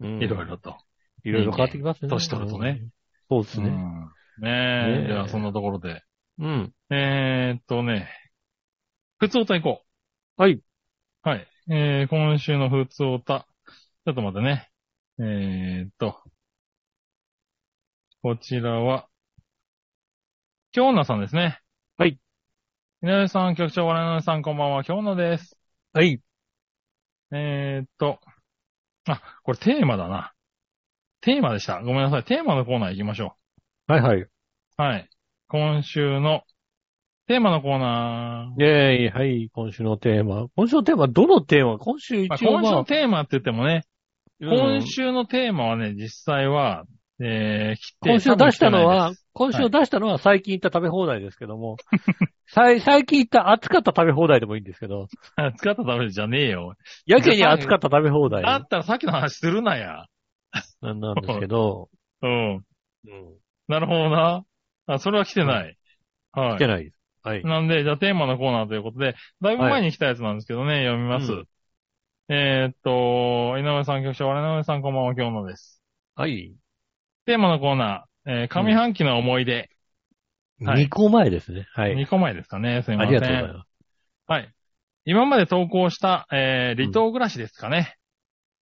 Speaker 2: うん
Speaker 3: いろいろ。と。
Speaker 2: いろいろ変わってきますね。
Speaker 3: 年取るとね。
Speaker 2: そうです
Speaker 3: う
Speaker 2: ね。
Speaker 3: ん。ね
Speaker 2: ねえ
Speaker 3: え。じゃあ、そんなところで。
Speaker 2: うん。
Speaker 3: えー、っとね。普通歌行こう。
Speaker 2: はい。
Speaker 3: はい。えー、今週の普通歌。ちょっと待ってね。えー、っと。こちらは、京奈さんですね。
Speaker 2: はい。
Speaker 3: 稲上さん、局長、笑いの上さん、こんばんは、京奈です。
Speaker 2: はい。
Speaker 3: えー、っと。あ、これテーマだな。テーマでした。ごめんなさい。テーマのコーナー行きましょう。
Speaker 2: はいはい。
Speaker 3: はい。今週のテーマのコーナ
Speaker 2: イェーイ。はい。今週のテーマ。今週のテーマ、どのテーマ今週
Speaker 3: ー。まあ
Speaker 2: 一応
Speaker 3: 今週
Speaker 2: ま
Speaker 3: の
Speaker 2: あ、
Speaker 3: テーマって言ってもね、
Speaker 2: うん
Speaker 3: 今週のテーマはね、実際は、えー、切って
Speaker 2: 今週出したのは、、今
Speaker 3: です
Speaker 2: 週出したのは最近行った食べ放題ですけども、さい 最近行った暑かった食べ放題でもいいんですけど、
Speaker 3: 多分 使ったためじゃねえよ。
Speaker 2: やけに暑かった食べ放題な
Speaker 3: だったらさっきの話するなや。
Speaker 2: んなんですけど、
Speaker 3: うん。
Speaker 2: うん。
Speaker 3: なるほどな。あ、それは来てない。はい。
Speaker 2: 来てないです。はい。
Speaker 3: なんで、じゃあテーマのコーナーということで、だいぶ前に来たやつなんですけどね、読みます。
Speaker 2: うん
Speaker 3: えー、っと、井上さん、局長、我々の上さん、こんばんは、今日のです。
Speaker 2: はい。
Speaker 3: テーマのコーナー、えー、上半期の思い出。はい
Speaker 2: 2個前ですね。はい。
Speaker 3: 2個前ですかね。すい
Speaker 2: あ
Speaker 3: ませ
Speaker 2: り
Speaker 3: ん。
Speaker 2: がとうございます。
Speaker 3: はい。今まで投稿した、えー、離島暮らしですかね。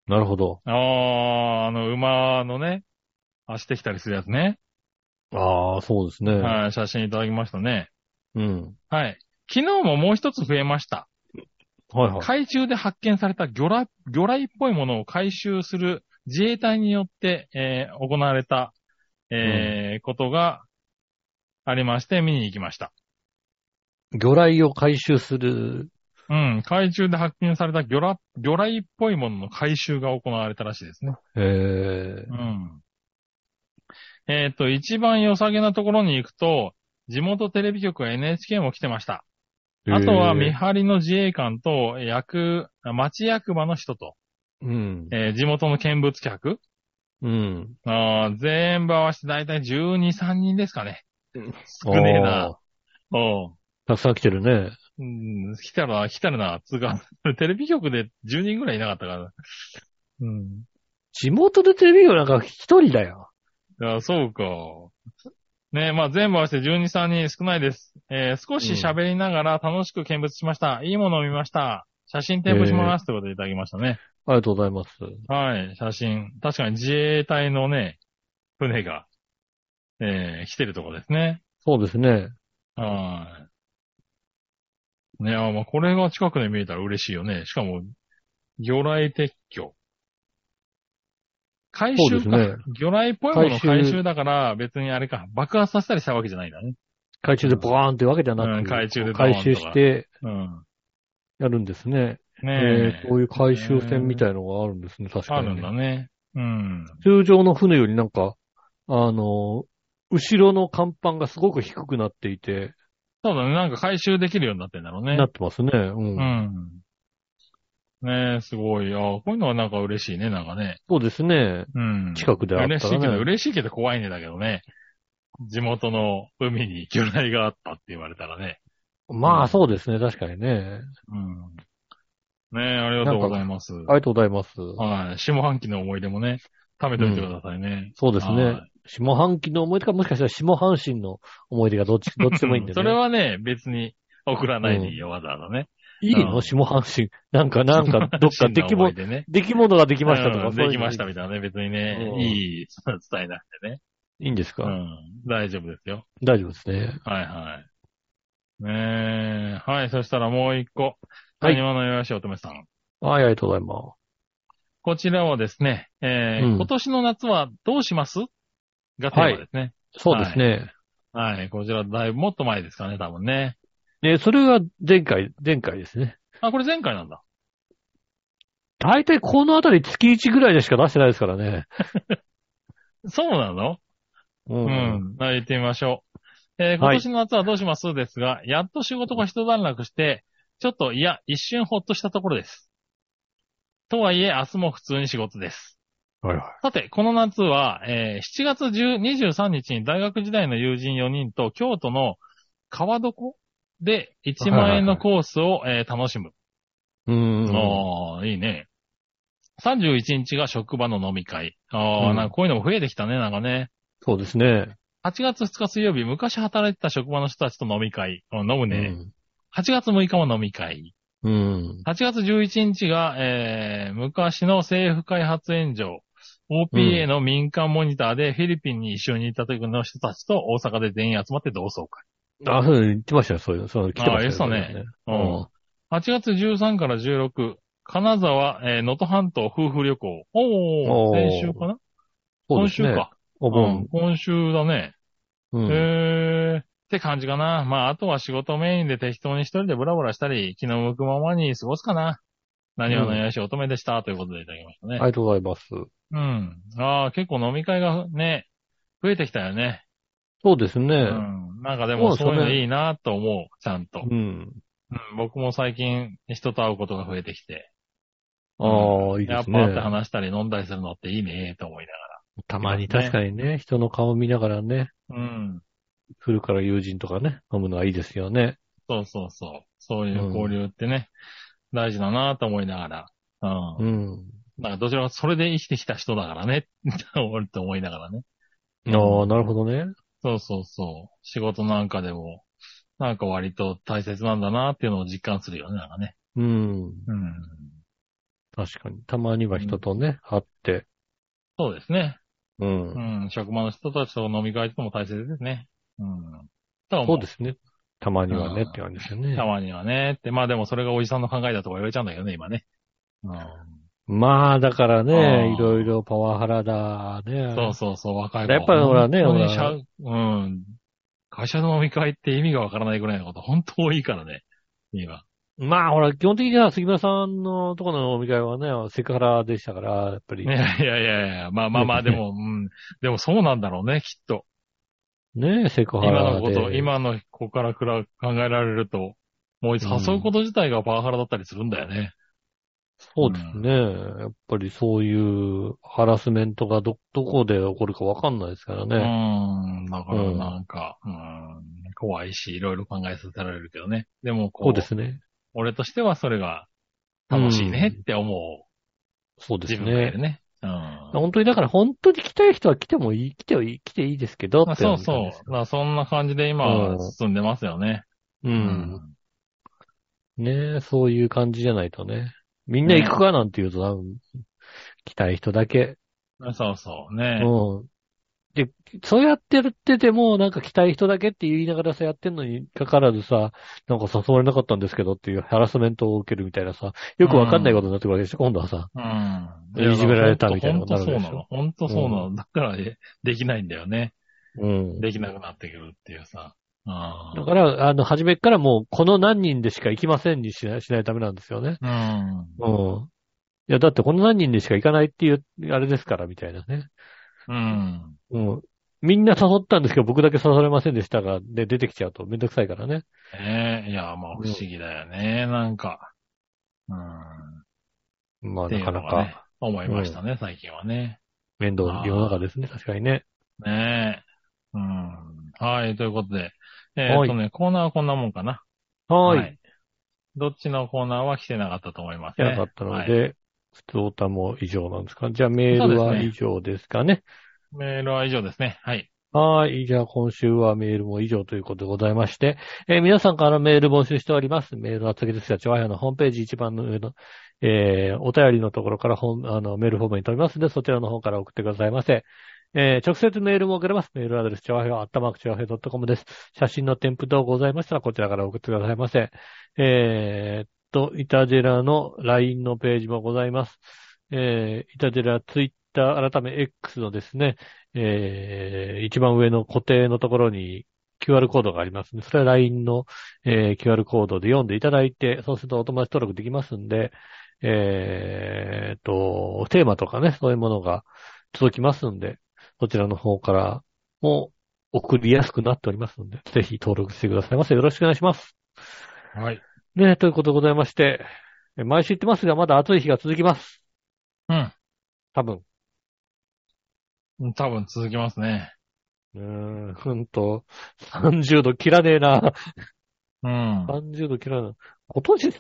Speaker 2: なるほど。
Speaker 3: あー、あの、馬のね、走ってきたりするやつね。
Speaker 2: ああ、そうですね。
Speaker 3: はい、写真いただきましたね。
Speaker 2: うん。
Speaker 3: はい。昨日ももう一つ増えました。
Speaker 2: はいはい。
Speaker 3: 海中で発見された魚雷、魚雷っぽいものを回収する自衛隊によって、えー、行われた、えーことがありまして、見に行きました。
Speaker 2: 魚雷を回収する。
Speaker 3: うん。海中で発見された魚雷、魚雷っぽいものの回収が行われたらしいですね。
Speaker 2: ええ
Speaker 3: うん。えっ、と、一番良さげなところに行くと、地元テレビ局や NHK も来てました。あとは見張りの自衛官と、役、町役場の人と、
Speaker 2: うん。
Speaker 3: えー地元の見物客
Speaker 2: うん。
Speaker 3: あー全部合わせてだいたい12、3人ですかね。少ねえ
Speaker 2: あー
Speaker 3: な。。おう
Speaker 2: たくさん来てるね。
Speaker 3: うん、来たら、来たらな、つうか、 テレビ局で10人ぐらいいなかったから。うん。
Speaker 2: 地元でテレビ局なんか一人だよ。
Speaker 3: あそうか。ねまあ全部合わせて12、3人少ないです。えー少し喋りながら楽しく見物しました。いいものを見ました。写真添付しますということでいただきましたね。
Speaker 2: ありがとうございます。
Speaker 3: はい、写真。確かに自衛隊のね、船が、えー来てるところですね。
Speaker 2: そうですね。
Speaker 3: はい。ねあまあ、これが近くで見えたら嬉しいよね。しかも、魚雷撤去。回収
Speaker 2: そ
Speaker 3: か。
Speaker 2: うですね
Speaker 3: 魚雷っぽいものの
Speaker 2: 回
Speaker 3: 回
Speaker 2: 収
Speaker 3: 収だから、別にあれか、爆発させたりしたわけじゃないんだね。
Speaker 2: 海中でボワーンってわけじゃなくて、
Speaker 3: うん海中でドーンとか
Speaker 2: 回収して
Speaker 3: うん。
Speaker 2: やるんですね。
Speaker 3: ねえ。
Speaker 2: えーそういう回収船みたいのがあるんですね、確
Speaker 3: あ
Speaker 2: かに、
Speaker 3: るんだね。うん。
Speaker 2: 通常の船よりなんか、あの、後ろの甲板がすごく低くなっていて、
Speaker 3: そうだね。なんか回収できるようになってんだろうね
Speaker 2: な。ってますね。うん。
Speaker 3: うん。ねえ、すごい。あこういうのはなんか嬉しいね、なんかね。
Speaker 2: そうですね。
Speaker 3: うん。
Speaker 2: 近くであったらね
Speaker 3: 嬉しいけど、嬉しいけど怖いねだけどね。地元の海に魚雷があったって言われたらね。
Speaker 2: ま
Speaker 3: う
Speaker 2: あ
Speaker 3: ん
Speaker 2: そうですね、確かにね。
Speaker 3: うん。ねえ、ありがとうございます。
Speaker 2: ありがとうございます。
Speaker 3: はい。下半期の思い出もね、食べておいてくださいね。
Speaker 2: そうですね
Speaker 3: は。
Speaker 2: 下半期の思い出か、もしかしたら下半身の思い出がどっち、どっちでもいいんでね。
Speaker 3: それはね、別に送らないでいいよ、わざわざね。
Speaker 2: いいうの
Speaker 3: ん
Speaker 2: 下半身。 なんか、なんか、どっか 出来
Speaker 3: 真の思
Speaker 2: 物、
Speaker 3: い出ね。
Speaker 2: 出来物ができましたと
Speaker 3: う
Speaker 2: か。
Speaker 3: ん
Speaker 2: そういうの
Speaker 3: できましたみたいなね、別にね
Speaker 2: う、ん
Speaker 3: いい伝えなくてね。
Speaker 2: いいんですか、
Speaker 3: うん。大丈夫ですよ。
Speaker 2: 大丈夫ですね。
Speaker 3: はいはい。ねえ。はい、そしたらもう一個。
Speaker 2: は
Speaker 3: はいい。庭のよしおとめさん。
Speaker 2: はい、ありがとうございま
Speaker 3: こちらはですね、えー
Speaker 2: うん
Speaker 3: 今年の夏はどうしますがテーマですね。
Speaker 2: す。そうですね。
Speaker 3: はい、こちらだいぶもっと前ですかね、多分ね。
Speaker 2: で、それが前回、前回ですね。
Speaker 3: あ、これ前回なんだ。
Speaker 2: 大体このあたり月1ぐらいでしか出してないですからね。
Speaker 3: そうなの
Speaker 2: う
Speaker 3: うん。はい、行ってみましょう。えー今年の夏はどうしますですが、やっと仕事が一段落して、ちょっと、いや、一瞬ほっとしたところです。とはいえ、明日も普通に仕事です。
Speaker 2: はいは
Speaker 3: さて、この夏は、えー7月10 23日に大学時代の友人4人と京都の川床で1万円のコースを、えー楽しむ。
Speaker 2: い。うん。
Speaker 3: ああ、いいね。31日が職場の飲み会。ああ、
Speaker 2: うん
Speaker 3: なんかこういうのも増えてきたね、なんかね。
Speaker 2: そうですね。
Speaker 3: 8月2日水曜日、昔働いてた職場の人たちと飲み会。あ飲むね。8月6日も飲み会。
Speaker 2: うん。うん。
Speaker 3: 8月11日が、えー、昔の政府開発援助、OPA の民間モニターでフィリピンに一緒にいた時の人たちと大阪で全員集まって同窓会。
Speaker 2: あ、そう言ってましたよ、そういう、そう、来てました
Speaker 3: あ言ってたね。うん8月13から16、金沢、えー、能登半島夫婦旅行。お
Speaker 2: お
Speaker 3: お
Speaker 2: ー
Speaker 3: 先週かな、
Speaker 2: そう
Speaker 3: 今
Speaker 2: です
Speaker 3: 週
Speaker 2: ね。
Speaker 3: か。
Speaker 2: お
Speaker 3: うん
Speaker 2: 盆。
Speaker 3: 今週だね。
Speaker 2: うん。
Speaker 3: へーって感じかな。まあ、あとは仕事メインで適当に一人でブラブラしたり、気の向くままに過ごすかな。何をのよし乙女でした、ということでいただきましたね。
Speaker 2: ありがとうございます。
Speaker 3: うん。ああ、結構飲み会がね、増えてきたよね。
Speaker 2: そうですね。
Speaker 3: うん。なんかでも
Speaker 2: そうですね
Speaker 3: そういうのいいなと思う、ちゃんと、
Speaker 2: うん。
Speaker 3: うん僕も最近人と会うことが増えてきて。
Speaker 2: ああ、いい
Speaker 3: や
Speaker 2: で
Speaker 3: っ
Speaker 2: す
Speaker 3: ぱ
Speaker 2: ね。
Speaker 3: 会って話したり飲んだりするのっていいね、と思いな
Speaker 2: たまに確かにね、人の顔見ながらね、
Speaker 3: がら。うん。
Speaker 2: 古から友人とかね、飲むのはいいですよね。
Speaker 3: そうそうそう。そういう交流ってね、大事だなと思いながら。うん。
Speaker 2: うん。
Speaker 3: なんかどちらかそれで生きてきた人だからね、って思いながらね。
Speaker 2: ああ、なるほどね。
Speaker 3: そうそうそう。仕事なんかでも、なんか割と大切なんだなっていうのを実感するよね、なんかね。
Speaker 2: うん。
Speaker 3: うん。
Speaker 2: 確かに。たまには人とね、会って。
Speaker 3: そうですね。
Speaker 2: う。
Speaker 3: うんん。職場の人たちと飲み会とも大切ですね。うん。とは思
Speaker 2: そうですね。たまにはね、
Speaker 3: うん
Speaker 2: って感じですよね
Speaker 3: た。まにはね。って、まあでもそれがおじさんの考えだとか言われちゃうんだけどね、今ね。うん。
Speaker 2: まあ、だから
Speaker 3: あ
Speaker 2: ね、
Speaker 3: ー
Speaker 2: いろいろパワハラだね。
Speaker 3: そうそうそう、若い子
Speaker 2: やっぱりほらね
Speaker 3: 本当に
Speaker 2: ほ
Speaker 3: し
Speaker 2: ら
Speaker 3: ゃうん。会社の飲み会って意味がわからないぐらいのこと、本当多いからね。今。
Speaker 2: まあ、ほら、基本的には杉村さんのところの飲み会はね、セクハラでしたから、やっぱり。
Speaker 3: いや
Speaker 2: ね
Speaker 3: いやいやいや、まあまあま あ、でも、うん。でもそうなんだろうね、きっと。
Speaker 2: セクハ
Speaker 3: 今
Speaker 2: ラ
Speaker 3: の
Speaker 2: で。
Speaker 3: こと、今の子からくら考えられると、もう誘うこと自体がパワハラだったりするんだよね。
Speaker 2: そうですね。やっぱりそういうハラスメントがど、どこで起こるかわかんないですから
Speaker 3: う
Speaker 2: ね。
Speaker 3: ん。だからなんか、うん、怖いし、いろいろ考えさせられるけどね。でもこ、
Speaker 2: そううですね。
Speaker 3: 俺としてはそれが楽しいねって思う。
Speaker 2: そうです
Speaker 3: 自分がい
Speaker 2: ね
Speaker 3: る。ね。うん。
Speaker 2: 本当に、だから本当に来たい人は来てもいい、来ていい、来ていいですけど
Speaker 3: まあ
Speaker 2: って
Speaker 3: そ
Speaker 2: 感
Speaker 3: う
Speaker 2: じ
Speaker 3: そう。
Speaker 2: で
Speaker 3: だ
Speaker 2: すよ。
Speaker 3: からそんな感じで
Speaker 2: う
Speaker 3: 今
Speaker 2: ん、
Speaker 3: 進んでますよね。
Speaker 2: う。。
Speaker 3: うん
Speaker 2: ねえ、そういう感じじゃないとね。みんな行くかなんて言うと、多分来たい人だけ。
Speaker 3: そうそう
Speaker 2: う
Speaker 3: ね。
Speaker 2: ん。で、そうやってるってても、なんか来たい人だけって言いながらさ、やってんのにかかわらずさ、なんか誘われなかったんですけどっていうハラスメントを受けるみたいなさ、よくわかんないことになってくるわけでしょ、今度はさ。
Speaker 3: うん。
Speaker 2: いじめられたみたいなこ
Speaker 3: ことと
Speaker 2: になる
Speaker 3: 本当
Speaker 2: で
Speaker 3: そ
Speaker 2: しょ。
Speaker 3: うなの本当そうなの。だから、えできないんだよね。
Speaker 2: うん。
Speaker 3: できなくなってくるっていうさ。あ
Speaker 2: だから、あの、初めっからもう、この何人でしか行きませんにしない、しないためなんですよね。
Speaker 3: あ。
Speaker 2: うん。いや、だってこの何人でしか行かないっていう、あれですから、みたいなね。
Speaker 3: うん。うん。
Speaker 2: うん。みんな誘ったんですけど、僕だけ誘われませんでしたが、で、出てきちゃうとめんどくさいからね。
Speaker 3: ねえ、いや、まあ不思議だよね、なんか。うん。
Speaker 2: まあ、
Speaker 3: って
Speaker 2: ないか
Speaker 3: う
Speaker 2: な
Speaker 3: のがね
Speaker 2: か、
Speaker 3: 思いましたね、最近はね。
Speaker 2: 面倒な世の中ですね、確かにね。
Speaker 3: ねえ。うん。はい、ということで。えー
Speaker 2: は
Speaker 3: っ
Speaker 2: い
Speaker 3: とね、コーナーはこんなもんかな。
Speaker 2: はい。
Speaker 3: どっちのコーナーは来てなかったと思います
Speaker 2: じゃ
Speaker 3: ね。
Speaker 2: なかったの
Speaker 3: はい
Speaker 2: で、普通オタも以上なんですかじゃあメール
Speaker 3: そう
Speaker 2: は
Speaker 3: ですね
Speaker 2: 以上ですかね。
Speaker 3: メールは以上ですね。はい。
Speaker 2: はい。じゃあ今週はメールも以上ということでございまして、えー皆さんからメール募集しております。メールは次ですが、チョアヘアのホームページ一番の上の、えーお便りのところからホームあのメールフォームに飛びますので、そちらの方から送ってくださいませ。えー直接メールも送れます。メールアドレス、チョアヘア、アットマークチョアヘア .com です。写真の添付等ございましたら、こちらから送ってくださいませ。えーっと、イタジェラの LINE のページもございます。えーイタジェラツイッター、改め X のですね、えー一番上の固定のところに QR コードがありますね。それは LINE の、えー QR コードで読んでいただいて、そうするとお友達登録できますんで、えーっと、テーマとかね、そういうものが届きますんで、そちらの方からも送りやすくなっておりますので、ぜひ登録してくださいませ。よろしくお願いします。
Speaker 3: はい。
Speaker 2: ねえ、ということでございまして、え毎週言ってますが、まだ暑い日が続きます。
Speaker 3: うん。
Speaker 2: 多分。
Speaker 3: 多分続きますね。
Speaker 2: うーん、ほんと、30度切らねえな。
Speaker 3: うん。
Speaker 2: 30度切らない。今年30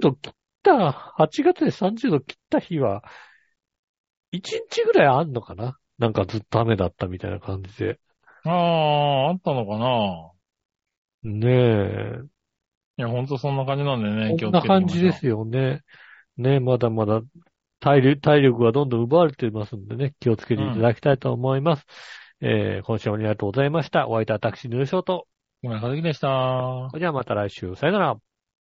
Speaker 2: 度切った、8月で30度切った日は、1日ぐらいあんのかななんかずっと雨だったみたいな感じで。
Speaker 3: ああ、あったのかな
Speaker 2: ねえ。
Speaker 3: いや、ほんとそんな感じなんでね、気
Speaker 2: こ
Speaker 3: を
Speaker 2: んな
Speaker 3: つけていきましょう
Speaker 2: 感じですよね。ね、まだまだ体力、体力がどんどん奪われていますんでね、気をつけていただきたいと思います。えー今週もありがとうございました。お相手は私、ヌーショート。
Speaker 3: ごめん、はずきでした。
Speaker 2: それではまた来週、さよなら。